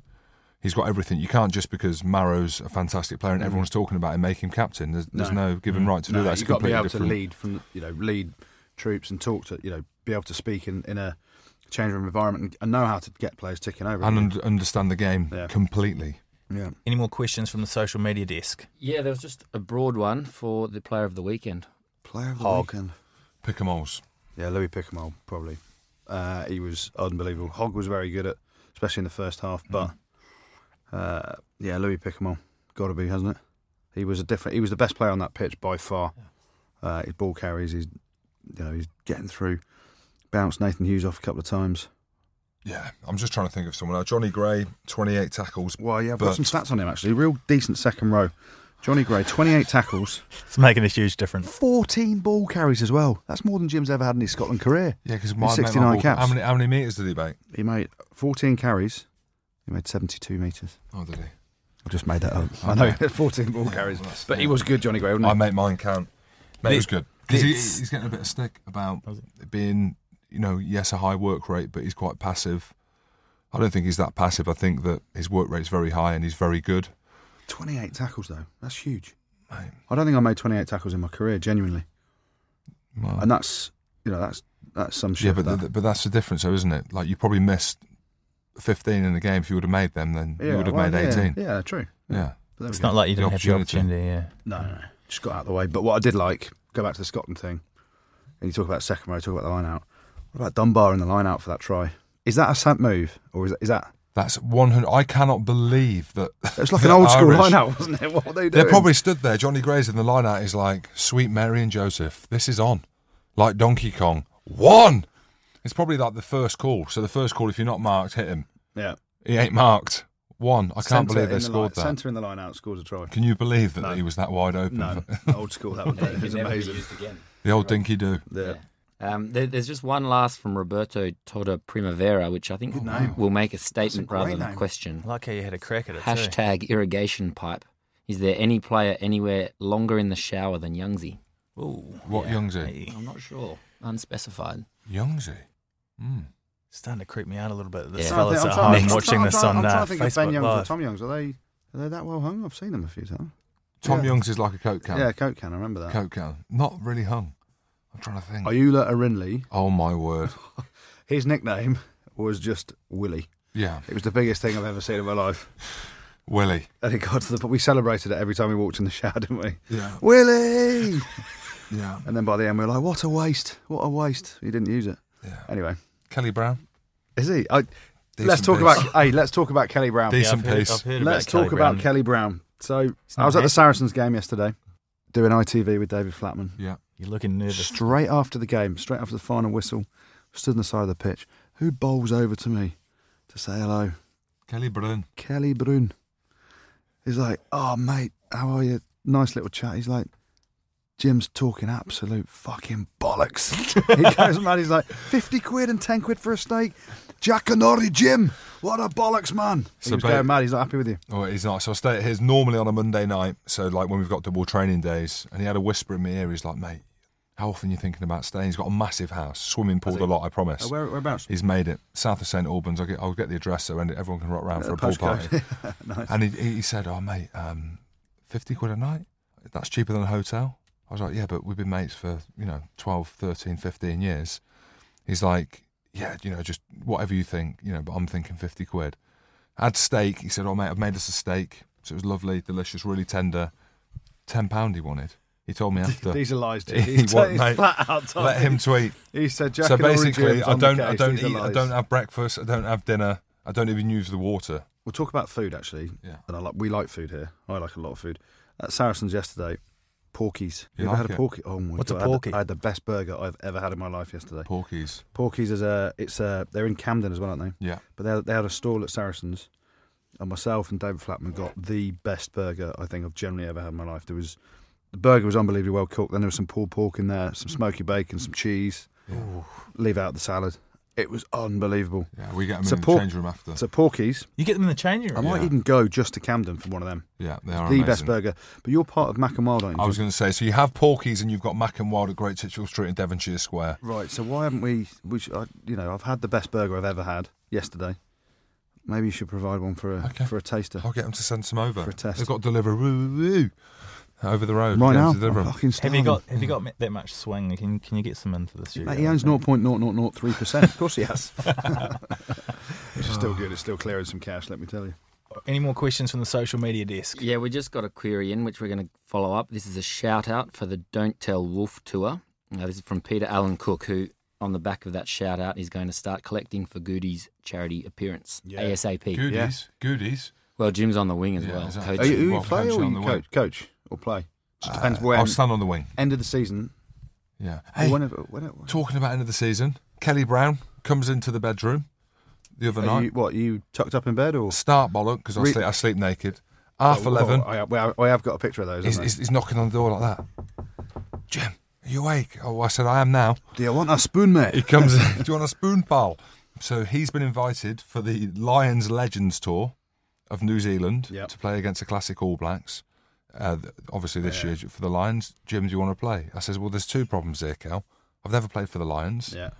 He's got everything. You can't just because Marrow's a fantastic player and everyone's talking about him, make him captain. There's, there's Mm-hmm. No. Mm-hmm. no given right to do No, that. It's you've got to be completely able different. to lead from you know lead troops and talk to you know be able to speak in, in a change room environment and, and know how to get players ticking over. and un- understand the game Yeah. completely. yeah. Any more questions from the social media desk? Yeah, there was just a broad one for the player of the weekend. Player of the weekend. Pickamoles. Yeah, Louis Pickamole probably. Uh, he was unbelievable. Hogg was very good at, especially in the first half. But uh, yeah, Louis Pickamole, got to be, hasn't it? He was a different. He was the best player on that pitch by far. Uh, his ball carries. He's you know he's getting through. Bounced Nathan Hughes off a couple of times. Yeah, I'm just trying to think of someone else. Johnny Gray, 28 tackles. Well, yeah, I've But- got some stats on him actually. Real decent second row. Johnny Gray, 28 tackles, It's making a huge difference. 14 ball carries as well. That's more than Jim's ever had in his Scotland career. Yeah, because 69 caps. How many, how many meters did he make? He made 14 carries. He made 72 metres. Oh, did he? I just made that up. I know, 14 ball carries. that's- But he was good, Johnny Gray, I wasn't make mine count. Mate, it was good because it's- he's getting a bit of stick about it being, you know, yes, a high work rate, but he's quite passive. I don't think he's that passive. I think that his work rate's very high and he's very good. he? 28 tackles, though. That's huge. Mate, I don't think I made 28 tackles in my career, genuinely. well, And that's, you know, that's that's some shit. yeah, but that. th- but that's the difference, though, isn't it? Like you probably missed 15 in the game if you would have made them, then you would have well, made yeah, 18. Yeah, true. yeah. But there It's we go. not like you The didn't have the opportunity. opportunity. Yeah. No, no, no. Just got out of the way. But what I did like, go back to the Scotland thing, and you talk about second row, talk about the line out. What about Dunbar in the line out for that try? Is that a Sant move? Or is that, is that That's 100. I cannot believe that. it's like an that old school Irish- line out, wasn't it? What were they doing? They're probably stood there. Johnny Gray's in the line out is like, Sweet Mary and Joseph, this is on. Like Donkey Kong. One! It's probably like the first call. So the first call, if you're not marked, hit him. Yeah. He ain't marked. one. I can't Centre believe in the they line- scored that. Centre in the line out scores a try. Can you believe that No. he was that wide open? No, for- old school. That was, It that can was never be amazing. used again. the old dinky do. Yeah. Um, there, there's just one last from Roberto Toda Primavera, which I think name. will make a statement great rather than a name. question. Like how you had a crack at it. Too. Hashtag irrigation pipe. Is there any player anywhere longer in the shower than Youngsy? Ooh, What Youngsy? Hey, I'm not sure. Unspecified. Youngsy. Mm. starting to creep me out a little bit. This Yeah. Trying to fella's think- at I'm home trying- watching I'm this trying- on I'm trying uh, to think of Ben Facebook Youngs or Live. Tom Youngs. Are they are they that well hung? I've seen them a few times. Tom Yeah. Youngs is like a Coke can. Yeah, Coke can. I remember that. Coke can. Not really hung. I'm trying to think. Ayula Arinley. Oh my word. His nickname was just Willie. Yeah. It was the biggest thing I've ever seen in my life. Willie. And it got to the point we celebrated it every time we walked in the shower, didn't we? Yeah. Willie! Yeah. And then by the end, we were like, what a waste. What a waste. He didn't use it. Yeah. Anyway, Kelly Brown. is he? I, let's Decent talk piece. about hey, let's talk about Kelly Brown. Decent piece. Let's talk about Kelly Brown. So I not was at happy. the Saracens game yesterday doing ITV with David Flatman. Yeah. You're looking nervous. Straight after the game, straight after the final whistle, stood on the side of the pitch. Who bowls over to me to say hello? Kelly Brown. Kelly Brun. He's like, Oh, mate, how are you? Nice little chat. He's like, Jim's talking absolute fucking bollocks. he goes mad. He's like, 50 quid and 10 quid for a steak. Jack and Ori, Jim. What a bollocks, man. He So was ba- going mad. He's not happy with you. Oh, he's not. So I stay at his normally on a Monday night. So like when we've got double training days, and he had a whisper in my ear. He's like, "Mate, how often you thinking about staying?" He's got a massive house, swimming pool, the lot. I promise. Uh, where, whereabouts? He's made it south of St Albans. I'll get, I'll get the address so everyone can rock round for a pool Uh, postcode. party. And he, he said, "Oh, mate, um, fifty quid a night. That's cheaper than a hotel." I was like, "Yeah, but we've been mates for you know 12, 13, 15 years." He's like, "Yeah, you know, just whatever you think, you know." But I'm thinking fifty quid. Had steak. He said, "Oh, mate, I've made us a steak. So it was lovely, delicious, really tender. Ten pound he wanted. He told me after." These are lies, Jim. He He's, won't, he's mate. flat out. told let him me. tweet. He said, Jack so and Ori basically, Jim's I on the don't, I case. don't These are eat, I lies. don't have breakfast, I don't have dinner, I don't even use the water. We'll talk about food actually, Yeah. and I like we like food here. I like a lot of food. At Saracens yesterday, porkies. You You, ever like had a it? porky? Oh my What's a god! I had the- porky? I had, the best burger I've ever had in my life yesterday. Porkies. Porkies is a it's a they're in Camden as well, aren't they? Yeah. But they they had a stall at Saracens, and myself and David Flatman got the best burger I think I've generally ever had in my life. There was the burger was unbelievably well cooked. Then there was some pulled pork in there, some smoky bacon, some cheese. Leave out the salad. It was unbelievable. Yeah, we get them So in the pork- change room after. So porkies, You get them in the changing I room. might Yeah. even go just to Camden for one of them. yeah, they the are best amazing. burger. But you're part of Mac and Wild, aren't you? I was going to say, so you have Porkies and you've got Mac and Wild at Great Titchell Street in Devonshire Square. right. So why haven't we? we should, I, you know, I've had the best burger I've ever had yesterday. Maybe you should provide one for a Okay. for a taster I'll get them to send some over. For a test. They've got Deliveroo over the road. right Get 'em now. Oh, to deliver I'm 'em. fucking Have you starving. got Have you got that much swing? Can Can you get some in for this year? Mate, he owns 0.0003 percent. Of course he has. Which is still good. It's still clearing some cash. Let me tell you. Any more questions from the social media desk? Yeah, we just got a query in which we're going to follow up. This is a shout out for the Don't Tell Wolf tour. Now, this is from Peter Allen Cook, who, on the back of that shout out, is going to start collecting for Goody's charity appearance Yeah. ASAP. Goodies. Goodies. Well, Jim's on the wing as Yeah, well. exactly. Are coaching. you, who you Well, play coach or on you the wing. coach? Coach or play? Just depends Uh, when. I'll stand on the wing. End of the season. Yeah. Hey, Hey, whenever, whenever, talking about end of the season, Kelly Brown comes into the bedroom the other are night. you, what? Are you tucked up in bed or? Start bollock because I, Re- sleep, I sleep naked. Half Oh, eleven, I, well, I have got a picture of those. he's, haven't I? he's, he's knocking on the door like that. Jim, are you awake? Oh, I said I am now. Do you want a spoon, mate? He comes. in, Do you want a spoon, pal? So he's been invited for the Lions Legends tour of New Zealand Yep. to play against the classic All Blacks. Uh, th- obviously, this year for the Lions. Jim, do you want to play? I says, well, there's two problems here, Cal. I've never played for the Lions. Yeah,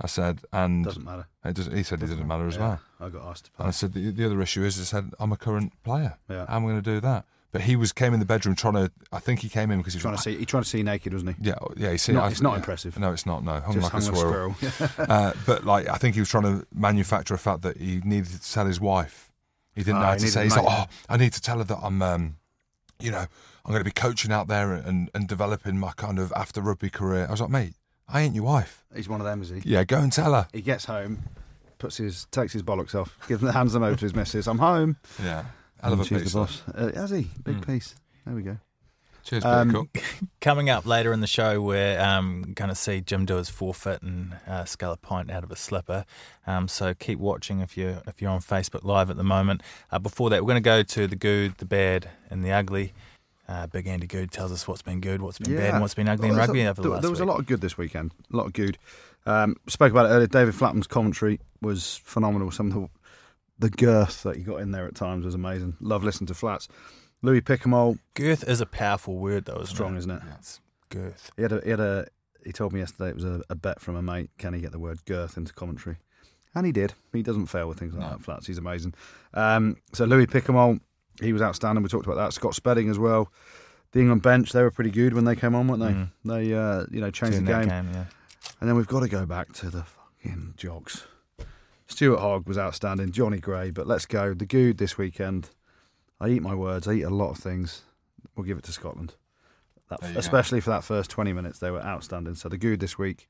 I said, and doesn't matter. it doesn't, he said it didn't matter as Yeah, I well. got asked to And I play. said the, the other issue is I said I'm a current player. Yeah. How am I going to do that? But he was came in the bedroom trying to. I think he came in because he was Trying to see, he tried to see you naked, wasn't he? Yeah, oh, yeah. You see, Not- I- it's not yeah. impressive. No, it's not. No, hung Just like a hung squirrel. like a squirrel. uh, but like, I think he was trying to manufacture a fact that he needed to tell his wife. He didn't Ah, know how he to say. needed to He's like, oh, make- I need to tell her that I'm, um, you know, I'm going to be coaching out there and, and developing my kind of after rugby career. I was like, mate, I ain't your wife. He's one of them, is he? Yeah, go and tell her. He gets home, puts his takes his bollocks off, gives them, hands them over to his missus. I'm home. Yeah, I love a And she's Mm. piece. the boss. Uh, has he? Big piece. There we go. Cheers, Um, Peter Cook. Coming up later in the show, we're um, going to see Jim do his forfeit and uh, scull a pint out of a slipper. Um, so keep watching if you're if you're on Facebook Live at the moment. Uh, before that, we're going to go to the good, the bad, and the ugly. Uh, Big Andy Good tells us what's been good, what's been bad, and what's been ugly in Well, there's rugby a- over the there, last There was week. a lot of good this weekend. A lot of good. Um, spoke about it earlier. David Flatham's commentary was phenomenal. Some of the, the girth that he got in there at times was amazing. Love listening to Flats. Louis Picamole, Girth is a powerful word, though. Isn't strong, it? isn't it? It's girth. He had a, he had a he told me yesterday it was a, a bet from a mate. Can he get the word girth into commentary? And he did. He doesn't fail with things like that. Flats, he's amazing. Um, so Louis Picamole, he was outstanding. We talked about that. Scott Spedding as well. The England bench, they were pretty good when they came on, weren't they? Mm. They uh, you know changed During the that game. yeah. And then we've got to go back to the fucking jocks. Stuart Hogg was outstanding, Johnny Gray, but let's go. The good this weekend. I eat my words, I eat a lot of things. We'll give it to Scotland. That, There you go. especially for that first 20 minutes, they were outstanding. So the good this week,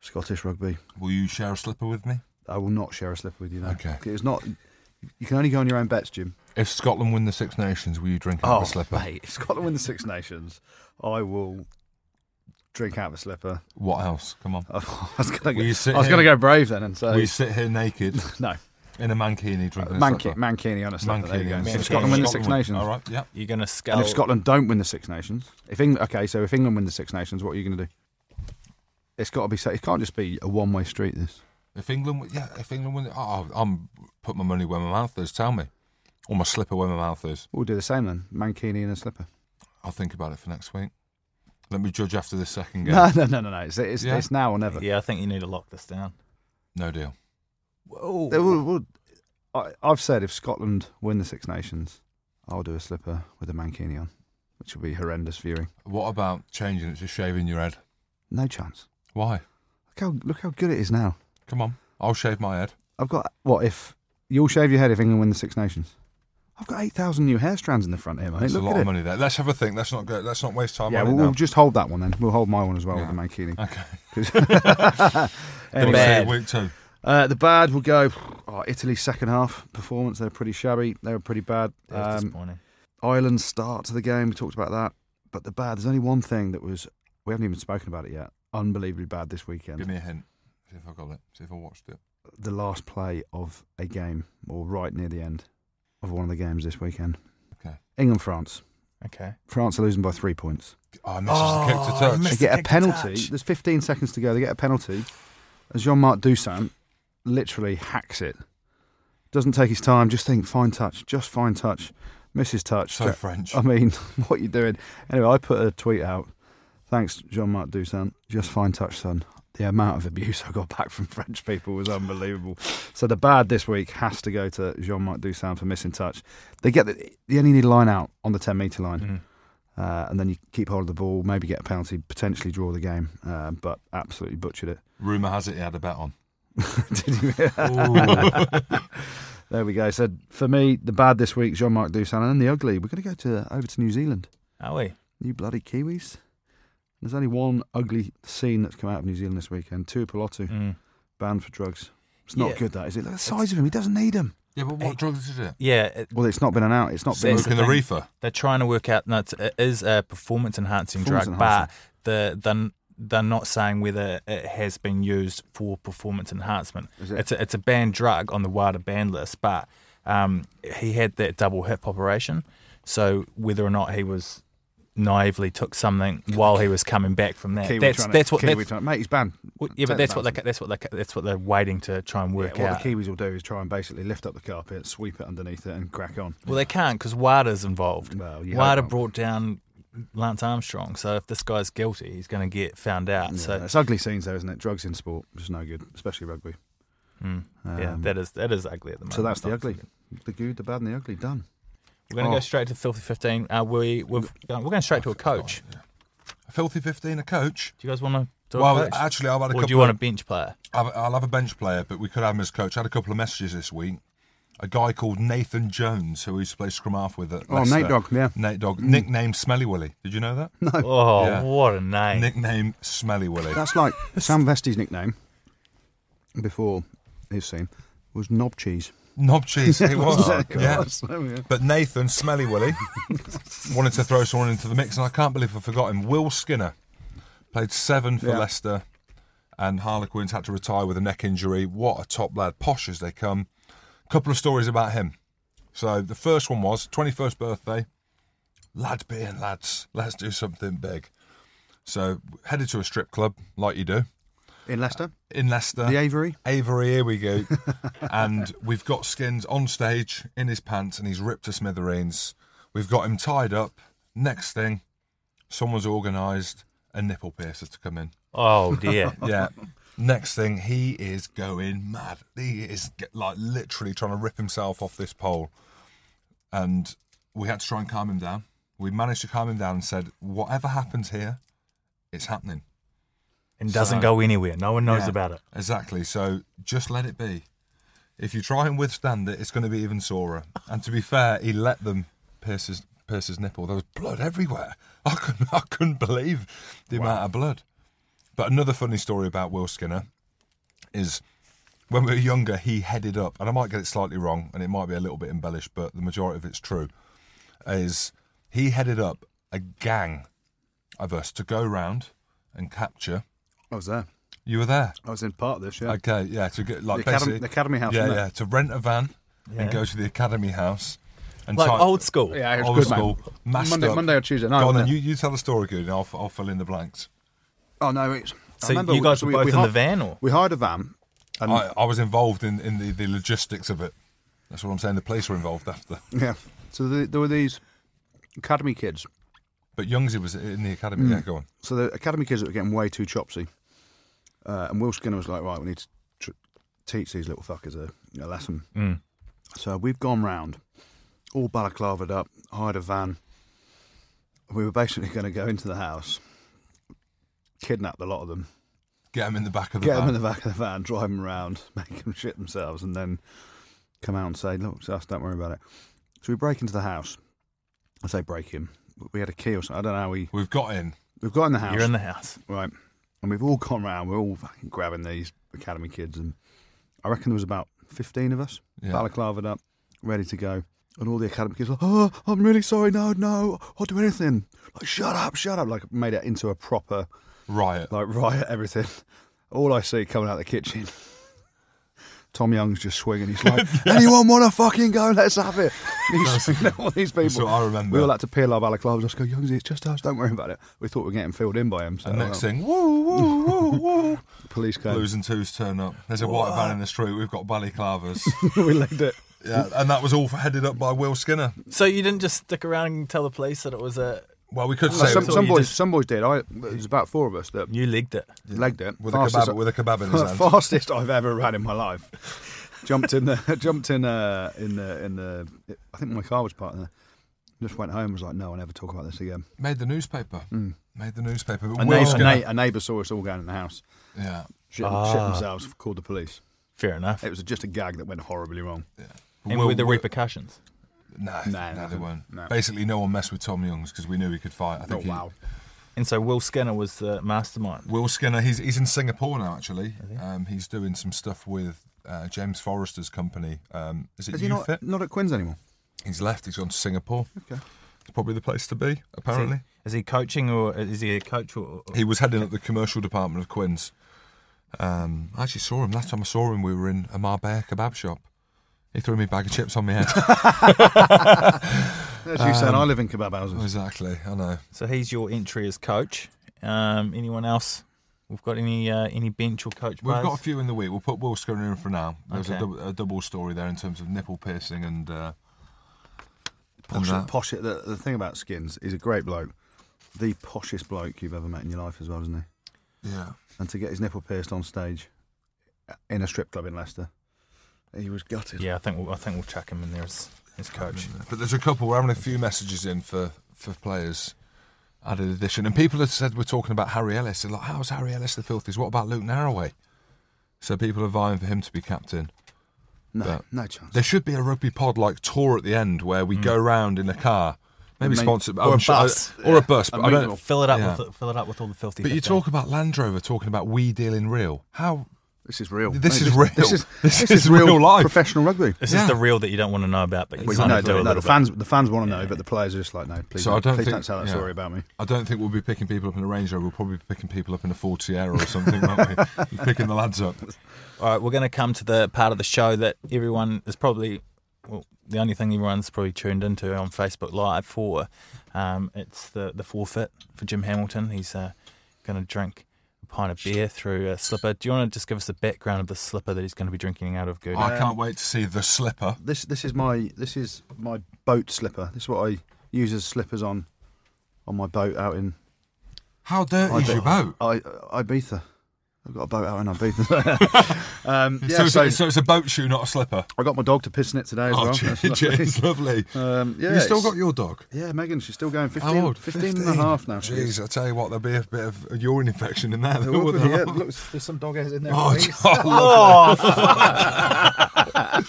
Scottish rugby. Will you share a slipper with me? I will not share a slipper with you now. Okay. It's not. You can only go on your own bets, Jim. If Scotland win the Six Nations, will you drink out of Oh, a slipper? mate. Scotland win the Six Nations. I will drink out of a slipper. What else? Come on. I was going Will you sit to here- go brave then and Will say you sit here naked no. in a mankini drinking Mankini, a slipper? Mankini on a slipper. There you go. on a If slipper. Scotland win the Six Scotland. Nations, All right, yeah. You're going to scull. and if Scotland don't win the Six Nations, if England, okay, so if England win the Six Nations, what are you going to do? It's got to be. It can't just be a one-way street. This. If England, win- yeah, if England win, oh, I'm put my money where my mouth is. Tell me, or my slipper where my mouth is. We'll do the same then. Mankini and a slipper. I'll think about it for next week. Let me judge after this second game. No, no, no, no, no. It's, it's, Yeah. it's now or never. Yeah, I think you need to lock this down. No deal. Whoa. They will- will- I, I've said if Scotland win the Six Nations, I'll do a slipper with a Mankini on, which will be horrendous viewing. What about changing it to shaving your head? No chance. Why? Look how look how good it is now. Come on, I'll shave my head. I've got what if you'll shave your head if England win the Six Nations? I've got eight thousand new hair strands in the front here, mate. That's a Look lot at of it. money there. Let's have a think. Let's not go. Let's not waste time Yeah, on we'll, it now. we'll just hold that one then. We'll hold my one as well Yeah. with the Mankini. Okay. 'Cause- We'll Anyway, see bad. Week two. uh, the bad will go. Oh, Italy's second half performance. They're pretty shabby. They were pretty bad. That was Um, disappointing. Ireland's start to the game. We talked about that. But the bad. There's only one thing that was. We haven't even spoken about it yet. Unbelievably bad this weekend. Give me a hint. See if I got it. See if I watched it. the last play of a game, or right near the end of one of the games this weekend. Okay. England France. Okay. France are losing by three points. Oh, I missed the kick Oh, to I touch. They missed- It's the get a kick to penalty. touch. There's 15 seconds to go. They get a penalty. As Jean Marc Duchamp literally hacks it, doesn't take his time, just think, fine touch, just fine touch, misses touch. So French. I mean, what are you doing? Anyway, I put a tweet out. Thanks, Jean Marc Duchamp. Just fine touch, son. The amount of abuse I got back from French people was unbelievable. So the bad this week has to go to Jean Marc Duchamp for missing touch. They get the, they only need a line out on the 10 metre line Mm. uh, and then you keep hold of the ball, maybe get a penalty, potentially draw the game, uh, but absolutely butchered it. Rumor has it he had a bet on. Did you? there we go. So for me, the bad this week, Jean Marc Dusan, and then the ugly. We're going to go to over to New Zealand. Are we? You bloody Kiwis. There's only one ugly scene that's come out of New Zealand this weekend. Tuipulotu Mm. banned for drugs. It's not Yeah. good, that is it? Look at the size It's- of him. He doesn't need them. Yeah, but what what drugs is it? Yeah, it, Well, it's not been an out. It's not been. That's the Smoking the thing. reefer. they're trying to work out. No, it's, it is a performance enhancing drug, Performance but the the they're not saying whether it has been used for performance enhancement. Is it? It's a, it's a banned drug on the wider ban list, but um, he had that double hip operation. So whether or not he was naively took something while he was coming back from that, Kiwi that's trying to- that's what Kiwi that's, trying to- mate. He's banned. well, yeah, but Take that's the what they, that's what they, that's what they're waiting to try and work Yeah, out. what the Kiwis will do is try and basically lift up the carpet, sweep it underneath it, and crack on. Well, they can't because WADA's involved. Well, you hope WADA not. brought down Lance Armstrong, so if this guy's guilty, he's going to get found out. Yeah, so it's ugly scenes, though, isn't it? Drugs in sport, which is no good, especially rugby. mm, yeah, Um, that is that is ugly at the moment. so that's the Not- ugly, the good, the bad, and the ugly. Done. We're going to Oh. go straight to filthy fifteen. Uh, we we've, we're going straight to a coach. A filthy 15, a coach? Do you guys want to? Do well, a coach? actually, I've had a or couple do you want a of, bench player? I've, I'll have a bench player, but we could have him as coach. I had a couple of messages this week. A guy called Nathan Jones, who we used to play scrum half with at Oh, Nate Leicester. Dogg, yeah. Mm. Nate Dogg, nicknamed Smelly Willy. Did you know that? No. Oh, Yeah. what a name! Nickname Smelly Willy. That's like Sam Vesti's nickname before his scene was knob cheese. Knob cheese, it was. yeah. So, yeah. But Nathan, Smelly Willie, wanted to throw someone into the mix, and I can't believe I forgot him. Will Skinner played seven for Yeah. Leicester, and Harlequins had to retire with a neck injury. What a top lad, posh as they come. Couple of stories about him. So the first one was 21st birthday, lads being lads, let's do something big. So headed to a strip club, like you do, In Leicester, in Leicester. the Avery. Avery, here we go. and we've got Skins on stage in his pants and he's ripped to smithereens. We've got him tied up. Next thing, someone's organised a nipple piercer to come in. Oh dear. Yeah. Next thing, he is going mad. He is get- like literally trying to rip himself off this pole. And we had to try and calm him down. We managed to calm him down and said, whatever happens here, it's happening. and doesn't So- go anywhere. No one knows Yeah, about it. Exactly. So just let it be. If you try and withstand it, it's going to be even sorer. And to be fair, he let them pierce his, pierce his nipple. There was blood everywhere. I couldn't, I couldn't believe the amount of blood. But another funny story about Will Skinner is when we were younger, he headed up, and I might get it slightly wrong, and it might be a little bit embellished, but the majority of it's true. Is he headed up a gang of us to go round and capture? I was there. You were there. I was in part of this. Yeah, Okay, yeah, to get the, like academy, basically, the academy house. yeah, wasn't yeah, to rent a van Yeah. and go to the academy house and Like type- old school. it? yeah, it was old good, school, mate. masked Monday, up. Monday or Tuesday night. Go on, wasn't then it? you, you tell the story, good, and I'll, I'll fill in the blanks. Oh no, it's. I So remember you we- guys so were we- both we in hi- the van, or We hired a van. And, I, I was involved in, in the, the logistics of it. That's what I'm saying. The police were involved after, yeah. So the, there were these academy kids. but Youngsy was in the Mm. academy. Yeah, go on. So the academy kids that were getting way too chopsy, uh, and Will Skinner was like, "Right, we need to tr- teach these little fuckers a, a lesson." Mm. So we've gone round, all balaclavaed up, hired a van. We were basically going to go into the house, kidnap a lot of them, Get him in the back of the get van. them in the back of the van, drive them around, make them shit themselves, and then come out and say, "Look, it's us, don't worry about it." So we break into the house. I say break in. We had a key or something. I don't know how we We've got in. we've got in the house. you're in the house. Right. And we've all gone round, we're all fucking grabbing these academy kids. And I reckon there was about 15 of us, Yeah. balaclavaed up, ready to go. And all the academy kids were like, oh, I'm really sorry, no, no, I'll do anything. Like, shut up, shut up. Like, made it into a proper, Riot. like, riot, everything. All I see coming out of the kitchen. Tom Young's just swinging. He's like, anyone want to fucking go? Let's have it. And He's swinging at all these people. That's what I remember. We all had to peel our balaclavas. Just go, Youngsy, it's just us. Don't worry about it. We thought we were getting filled in by him. So and next uh, thing, woo, woo, woo, woo. police came. Blues and twos turn up. There's a white van in the street. We've got ballyclavers. we legged it. yeah, and that was all headed up by Will Skinner. So you didn't just stick around and tell the police that it was a Well, we could So- say some, it so some you boys, just- some boys did. I there was about four of us that you legged it. legged it with a Fastest- kebab with a kebab in his hand. fastest I've ever ran in my life. jumped in the jumped in uh, in the in the. I think my car was parked there. Just went home. and Was like, no, I'll never talk about this again. Made the newspaper. Made the newspaper. But Hmm. A eh? Will neighbour, a, Skinner- na- a neighbour saw us all going in the house, yeah. shit, shit Ah. themselves, called the police. Fair enough. It was just a gag that went horribly wrong. and Will- with the Will- repercussions. No, No, no, they nothing. weren't. No. Basically, no one messed with Tom Youngs because we knew he could fight. I Oh think. he- wow! And so Will Skinner was the mastermind. Will Skinner, he's he's in Singapore now. Actually, um, he's doing some stuff with uh, James Forrester's company. Um, is it Is he not UFIT? not at Quinn's anymore? He's left. He's gone to Singapore. Okay. It's probably the place to be. Is he- Apparently, Is he coaching or is he a coach or, or he was heading up the commercial department of Quinn's. Um, I actually saw him last time I saw him. We were in a Marbella kebab shop. He threw me a bag of chips on my head. As you Um, said, I live in kebab houses. exactly. I know. so he's your entry as coach. Um, anyone else? We've got any uh, any bench or coach We've players? got a few in the week. We'll put Will Skinner in for now. There's Okay. a, dub- a double story there in terms of nipple piercing and. Uh, and Posh, that. posh. The, the thing about Skins, he's a great bloke, the poshest bloke you've ever met in your life as well, isn't he? Yeah. and to get his nipple pierced on stage in a strip club in Leicester, he was gutted. Yeah, I think we'll, I think we'll chuck him in there as, as coach. But there's a couple. We're having a few messages in for, for players added addition. And people have said we're talking about Harry Ellis. They're like, how's Harry Ellis the filthiest? What about Luke Narroway? So people are vying for him to be captain. No, But- no chance. There should be a rugby pod like tour at the end where we go round in a car, maybe Maybe- sponsored or a I'm sure- bus. or a bus. But, I don't- reasonable- Fill it up Yeah. with fill it up with all the filthy. but you stuff, talk about Land Rover talking about we deal in real. How This is real. This Mate, is real. This is, This is real life. professional rugby. This Yeah. is the real that you don't want to know about, but you Well, kind no, of do a no, little the bit. fans the fans want to know, but the players are just like, no, please, So I don't, don't please think- don't tell that yeah. story about me. I don't think we'll be picking people up in a Range Rover. We'll probably be picking people up in a Ford Sierra or something, won't we? Picking the lads up. All right, we're going to come to the part of the show that everyone is probably, well, the only thing everyone's probably tuned into on Facebook Live for. Um, it's the, the forfeit for Jim Hamilton. He's uh, going to drink a pint of beer through a slipper. Do you want to just give us the background of the slipper that he's going to be drinking out of, Gertie? Oh, Um, I can't wait to see the slipper. This this is my this is my boat slipper. This is what I use as slippers on on my boat out in How dirty is Ibiza. your boat? I, uh, Ibiza. I've got a boat out in Ibiza. um, so, yeah, it's so, a, so it's a boat shoe, not a slipper. I got my dog to piss in it today as Oh, well. cheers, That's lovely. cheers, lovely. Um, yeah, you still it's- got your dog? Yeah, Megan, she's still going 15, How old? 15 and a half now. She is. Jeez, I tell you what, there'll be a bit of a urine infection in there. There will be, yeah, look, there's some dog hairs in there. Oh, please. God, look.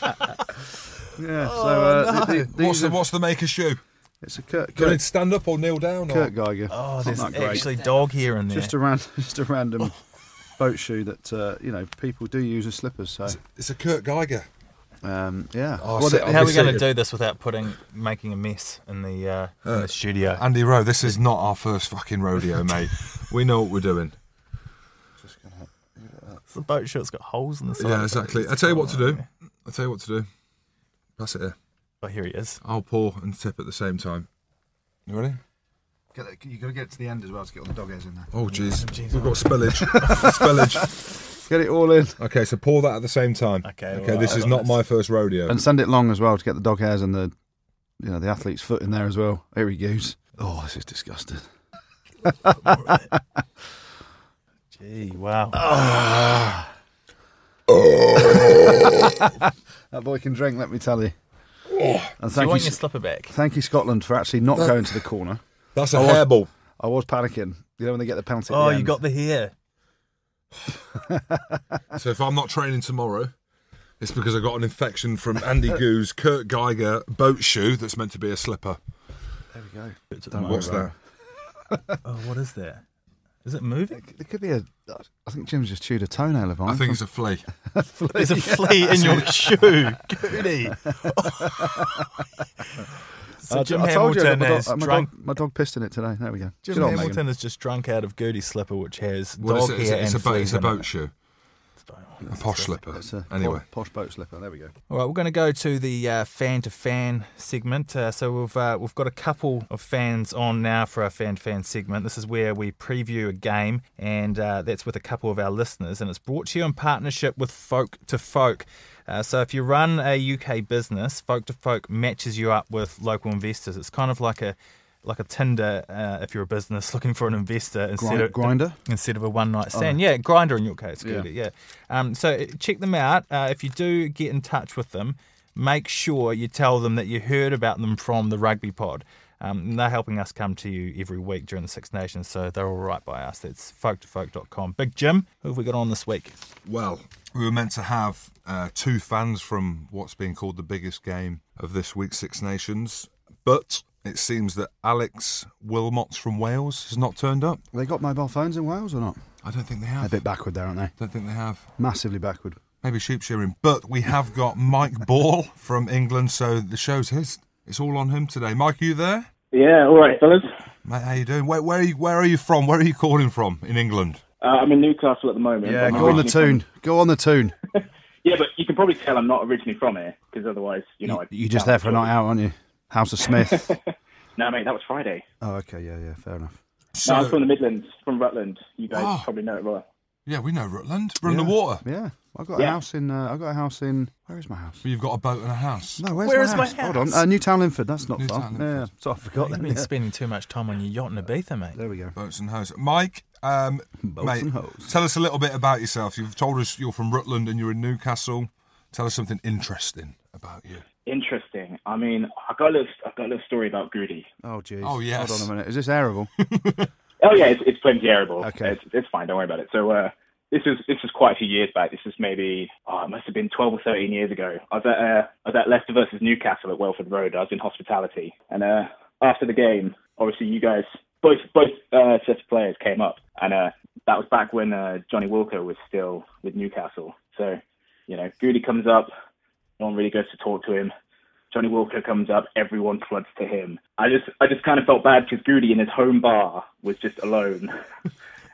Oh, yeah, so uh, th- th- these what's, the, are- what's the maker shoe? it's a Kurt, Do I need Kurt, to stand up or kneel down? Or? Kurt Geiger. Oh, It's there's not that great. actually dog hair in there. Just a random, just a random boat shoe that uh, you know people do use as slippers. So It's a Kurt Geiger. um, yeah, Oh, Well, so- the- How are we going to Obviously- do this without putting making a mess in the, uh, in the studio? Andy Rowe, this is not our first fucking rodeo, mate. we know what we're doing. It's a boat show. It's got holes in the side. Yeah, exactly. I'll tell you what to do. I'll tell you what to do. Pass it here. Oh, here he is. I'll pour and tip at the same time. You ready? Get- you got to get to the end as well to get all the dog hairs in there. Oh, jeez. We've got spillage. spillage. Get it all in Okay, so pour that at the same time. Okay, Okay, well, this I is got not this. my first rodeo. and send it long as well to get the dog hairs and the you know the athlete's foot in there as well. Here he goes. Oh, this is disgusting. Gee, wow. Oh, That boy can drink. Let me tell you. And do you thank you, want your slipper back? thank you Scotland for actually not going to the corner. That's a was- hairball. I was panicking. You know when they get the penalty. at Oh, the you end? got the hair. So if I'm not training tomorrow, it's because I got an infection from Andy Goo's Kurt Geiger boat shoe that's meant to be a slipper. There we go. Don't What's worry that? about Oh, what is that? Is it moving? it. There could be a. I think Jim's just chewed a toenail of mine. I think it's a flea. There's a flea in your shoe, Goody. so I- Jim I told you I Hamilton got my, has dog, uh, my, drunk. dog, my dog pissed in it today. There we go. Jim Good old Hamilton Megan. has just drunk out of Goody's slipper, which has What is dog it? It's, hair a- it's and a boat, it's fleas a in boat it. shoe, It's a boat. a posh slipper. It's a Anyway, posh, posh boat slipper. There we go. All right, we're going to go to the uh, fan to fan segment. Uh, so we've uh, we've got a couple of fans on now for our fan to fan segment. This is where we preview a game, and uh, that's with a couple of our listeners, and it's brought to you in partnership with Folk to Folk. Uh, so if you run a UK business, Folk to Folk matches you up with local investors. It's kind of like a like a Tinder uh, if you're a business looking for an investor instead Grind, of grinder. instead of a one night stand. Yeah, grinder in your case, Goody. Oh. Yeah. Um, so check them out. Uh, if you do get in touch with them, make sure you tell them that you heard about them from the rugby pod. Um, and they're helping us come to you every week during the Six Nations, so they're all right by us. That's folktofolk.com. Big Jim, who have we got on this week? well, we were meant to have uh, two fans from what's been called the biggest game of this week's Six Nations, but it seems that Alex Wilmots from Wales has not turned up. They got mobile phones in Wales or not? I don't think they A have. bit backward there, aren't they? don't think they have. Massively backward. Maybe sheep shearing. But we have got Mike Ball from England, so the show's his. It's all on him today. Mike, are you there? Yeah, all right, fellas. Mate, how you doing? Where, where are you? Where are you from? Where are you calling from in England? Uh, I'm in Newcastle at the moment. Yeah, I'm go on the originally from- tune. Go on the tune. Yeah, but you can probably tell I'm not originally from here because otherwise, you know, You, I'd you're just there for a night out, aren't you? House of Smith. No, mate, that was Friday. oh, okay. Yeah, yeah. Fair enough. No, So, I'm from the Midlands, from Rutland. You guys Oh. probably know it well. yeah, we know Rutland. We're in yeah. the water. Yeah. I got a Yeah. house in. Uh, I got a house in. Where is my house? You've got a boat and a house. No, where's Where my is my house? Hold on. house? Uh, Newtown Linford. That's not Newtown far. Yeah. Linford. So I forgot. You've Then, been yeah. spending too much time on your yacht in Ibiza, mate. There we go. Boats and house. Mike, um, Boats mate, and hoes. tell us a little bit about yourself. You've told us you're from Rutland and you're in Newcastle. Tell us something interesting about you. Interesting. I mean, I got a little, I got a little story about Goody. Oh, jeez. Oh, yes. Hold on a minute. Is this arable? Oh yeah, it's, it's plenty arable. Okay. it's, it's fine. Don't worry about it. So uh, this is this is quite a few years back. This is maybe oh, it must have been twelve or thirteen years ago. I was at uh, I was at Leicester versus Newcastle at Welford Road. I was in hospitality, and uh, after the game, obviously you guys both both uh, sets of players came up, and uh, that was back when uh, Johnny Wilker was still with Newcastle. So, you know, Goody comes up, no one really goes to talk to him. Johnny Wilker comes up, everyone floods to him. I just, I just kind of felt bad because Goody in his home bar was just alone.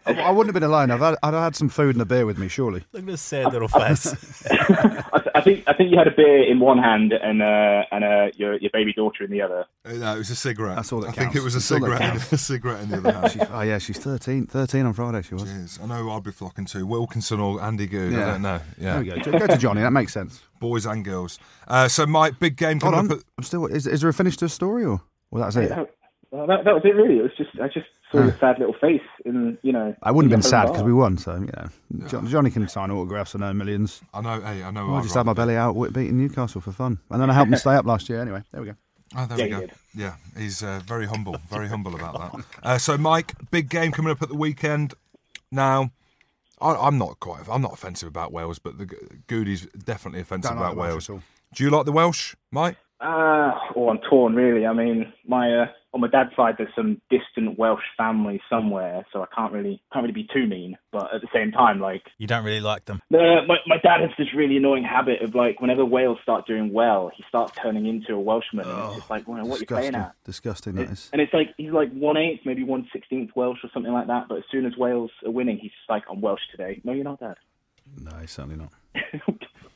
I, I wouldn't have been alone. I've had, I'd had some food and a beer with me, surely. Look at this sad little face. I, th- I think, I think you had a beer in one hand and uh, and uh, your your baby daughter in the other. Uh, No, it was a cigarette. That's all that I think counts. it was a That's all that cigarette. a cigarette in the other hand. She's, oh, yeah, she's 13. 13 on Friday, she was. Jeez, I know I'd be flocking to Wilkinson or Andy Good. I Yeah. don't know. There Yeah, we go. Go to Johnny. That makes sense. boys and girls. Uh, so my big game Hold coming on. up. At, I'm still. Is, is there a finish to the story or? Well, that's it. Well, that, that was it really. It was just, I just saw your sad little face in, you know. I wouldn't have in been your home sad because bar. we won, so you know. John, Johnny can sign autographs and earn millions. I know. Hey, I know. I I'd just had my rather- belly out wi- beating Newcastle for fun, and then I helped him stay up last year. Anyway, there we go. Oh, there Yeah, we he go. did. Yeah, he's uh, very humble, very humble about that. Uh, so, Mike, big game coming up at the weekend. Now, I, I'm not quite. I'm not offensive about Wales, but the Goody's definitely offensive Don't like about Welsh Wales. at all. Do you like the Welsh, Mike? Uh, oh, I'm torn, really. I mean, my uh, on my dad's side, there's some distant Welsh family somewhere, so I can't really can't really be too mean. But at the same time, like You don't really like them. the, my my dad has this really annoying habit of like whenever Wales start doing well, he starts turning into a Welshman, and it's just like, well, what are you playing Disgusting. at? Disgusting. That is. And it's like he's like one eighth, maybe one sixteenth Welsh or something like that. But as soon as Wales are winning, he's just like, I'm Welsh today. No, you're not, Dad. No, he's certainly not.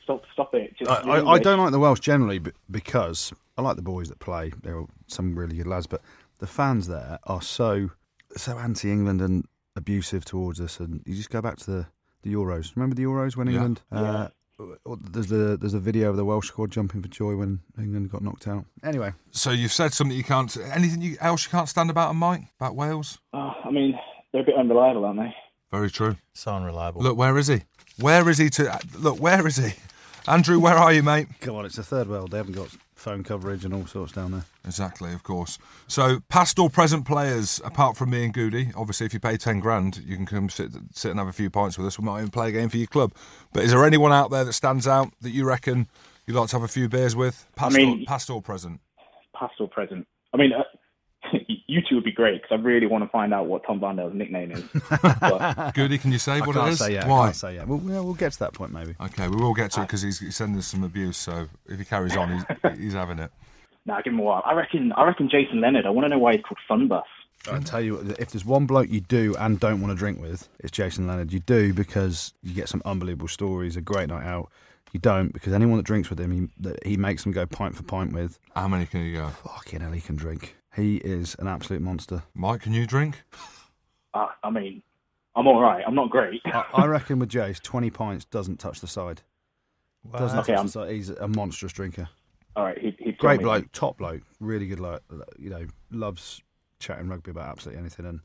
stop, stop it. Just, I, I, I don't like the Welsh generally b- because I like the boys that play. They're all some really good lads, but the fans there are so so anti England and abusive towards us. And you just go back to the, the Euros. Remember the Euros when Yeah. England? Uh, w- there's the there's a video of the Welsh squad jumping for joy when England got knocked out. Anyway, So you've said something you can't. Anything you, else you can't stand about him, Mike? About Wales? Oh, I mean, they're a bit unreliable, aren't they? Very true. So unreliable. Look, where is he? Where is he? To look, where is he? Andrew, where are you, mate? come on, it's the third world. They haven't got phone coverage and all sorts down there. Exactly, of course. So, past or present players, apart from me and Goody, obviously, if you pay 10 grand, you can come sit, sit and have a few pints with us. We might even play a game for your club. But is there anyone out there that stands out that you reckon you'd like to have a few beers with? Past, or, mean- past or present? Past or present? I mean, uh, you two would be great because I really want to find out what Tom Barnell's nickname is. but, Goody, can you say I what can't it is? say yeah. I Why? can't say yeah. Well, yeah, we'll get to that point maybe. Okay, we will get to it because he's, he's sending us some abuse. So, if he carries on, he's, he's having it. nah, give him a while. I reckon. I reckon Jason Leonard. I want to know why he's called Funbus. I tell you, what, if there's one bloke you do and don't want to drink with, it's Jason Leonard. You do because you get some unbelievable stories, a great night out. You don't because anyone that drinks with him, he, that he makes them go pint for pint with. How many can you go? Fucking hell, he can drink. He is an absolute monster. Mike, can you drink? Uh, I mean, I'm all right. I'm not great. I, I reckon with Jace, 20 pints doesn't touch the side. Doesn't Okay, touch I'm- the side. He's a monstrous drinker. all right, he, he'd kill Great me. bloke, top bloke, really good bloke. You know, loves chatting rugby about absolutely anything, and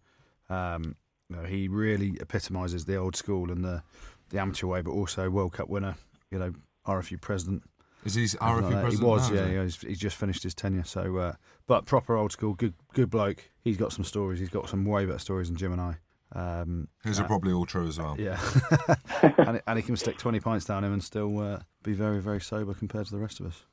um, you know, he really epitomises the old school and the the amateur way, but also World Cup winner. You know, RFU president. Is he Something RFU like that. president? he was, now, is yeah. he? He's, he's just finished his tenure, so uh, but proper old school, good good bloke. He's got some stories. He's got some way better stories than Jim and I. Um, His are probably all true as well. yeah, and, he- and he can stick twenty pints down him and still uh, be very very sober compared to the rest of us.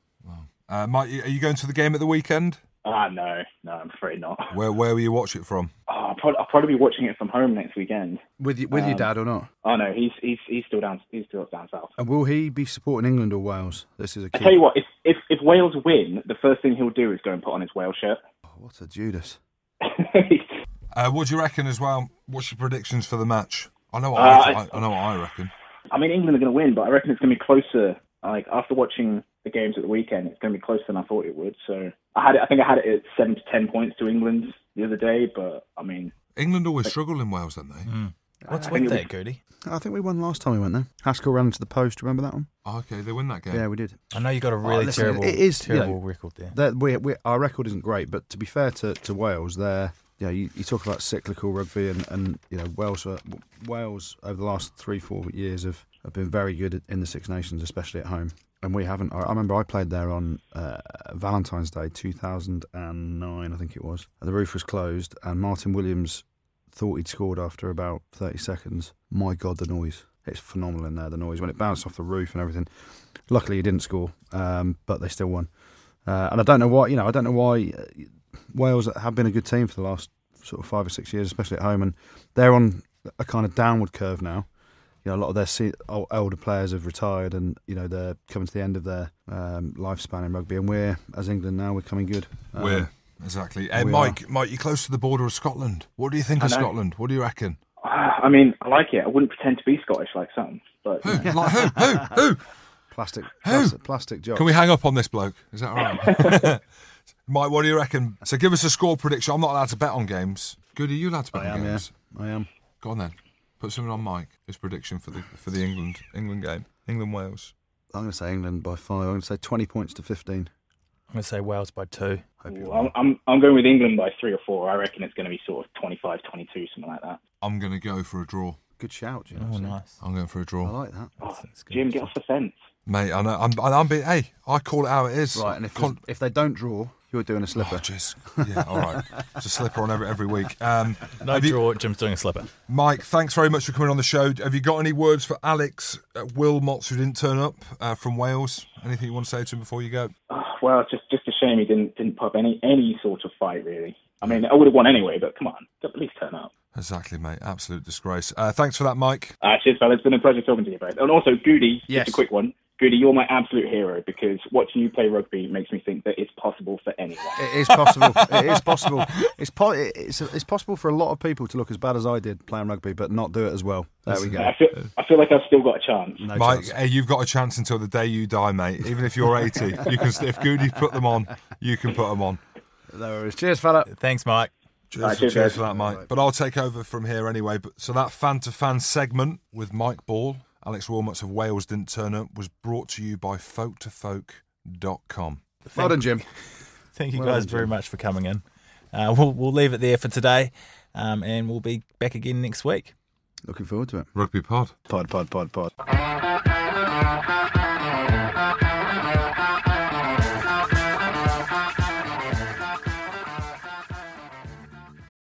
Uh, Mike, are you going to the game at the weekend? Ah, no, no, I'm afraid not. Where, where will you watch it from? Oh, I'll, probably, I'll probably be watching it from home next weekend. With with your dad or not? Oh no, he's he's he's still down. He's still down south. And will he be supporting England or Wales? This is a I key. tell you what, if, if if Wales win, the first thing he'll do is go and put on his Wales shirt. What a Judas. Uh, what do you reckon as well? What's your predictions for the match? I know what, Uh, I, I, I know what I reckon. I mean, England are going to win, but I reckon it's going to be closer. Like after watching the games at the weekend, it's going to be closer than I thought it would. So I had it. I think I had it at seven to ten points to England the other day, but I mean, England always struggle in Wales, don't Mm. they? What's with that, Goody? I think we won last time we went there. Haskell ran into the post. Remember that one? Oh, okay, they win that game. Yeah, we did. I know you got a really listen, terrible, it is, you know, terrible record there. That we, we, our record isn't great, but to be fair to, to Wales, they're you, know, you, you talk about cyclical rugby and, and you know Wales are- Wales over the last three four years have, have been very good in the Six Nations, especially at home. And we haven't. I I remember I played there on uh, Valentine's Day 2009, I think it was. The roof was closed, and Martin Williams thought he'd scored after about 30 seconds. My God, the noise. It's phenomenal in there, the noise. When it bounced off the roof and everything. Luckily, he didn't score, um, but they still won. Uh, and I don't know why, you know, I don't know why uh, Wales have been a good team for the last sort of five or six years, especially at home. And they're on, a kind of downward curve now. You know, a lot of their se- ol- older players have retired, and you know they're coming to the end of their um, lifespan in rugby. And we're as England now, we're coming good. Um, We're exactly. Hey, we Mike, Mike, you're close to the border of Scotland. What do you think I of know. Scotland? What do you reckon? I mean, I like it. I wouldn't pretend to be Scottish like some, but Who? Hmm. like who? Who? Who? plastic, plastic, plastic jocks. Can we hang up on this bloke? Is that all right? Mike, what do you reckon? So give us a score prediction. I'm not allowed to bet on games. Good, are you allowed to bet I on am, yeah. games? I am. Go on then. Put something on Mike. His prediction for the for the England England game. England Wales. I'm going to say England by five. I'm going to say 20 points to 15. I'm going to say Wales by two. Hope you I'm, I'm I'm going with England by three or four. I reckon it's going to be sort of 25, 22, something like that. I'm gonna go for a draw. Good shout, you know. Oh, so nice. I'm going for a I draw, like that. Oh, that's good. Jim, get off the fence. mate. I know. I'm. I'm being. Hey, I call it how it is. Right, and if, Con- if they don't draw, you're doing a slipper. Oh, jeez. Yeah, all right. It's a slipper on every every week. Um, No have you- draw. Jim's doing a slipper. Mike, thanks very much for coming on the show. Have you got any words for Alex uh, Wilmots, who didn't turn up uh, from Wales? Anything you want to say to him before you go? Oh, well, it's just just a shame he didn't didn't pop any any sort of fight really. I mean, I would have won anyway, but come on, at least turn up. Exactly, mate. Absolute disgrace. Uh, thanks for that, Mike. Uh, cheers, fella. It's been a pleasure talking to you both. And also, Goody, Yes. just a quick one. Goody, you're my absolute hero because watching you play rugby makes me think that it's possible for anyone. It is possible. it is possible. It's, po- it's, it's possible for a lot of people to look as bad as I did playing rugby, but not do it as well. There we go. I Uh, feel I feel like I've still got a chance. No Mike, chance. hey, you've got a chance until the day you die, mate. Even if you're 80, you can. If Goody put them on, you can put them on. There it is. Cheers, fella. Thanks, Mike. Cheers, Right, for- cheers, cheers guys. for that, Mike. But I'll take over from here anyway. But so that fan to fan segment with Mike Ball, Alex Wilmots of Wales didn't turn up, was brought to you by folktofolk.com. Well done, Jim. Thank you Well guys done, very Jim. much for coming in. Uh, we'll, we'll leave it there for today, um, and we'll be back again next week. Looking forward to it. Rugby pod. Pod, pod, pod, pod. Thank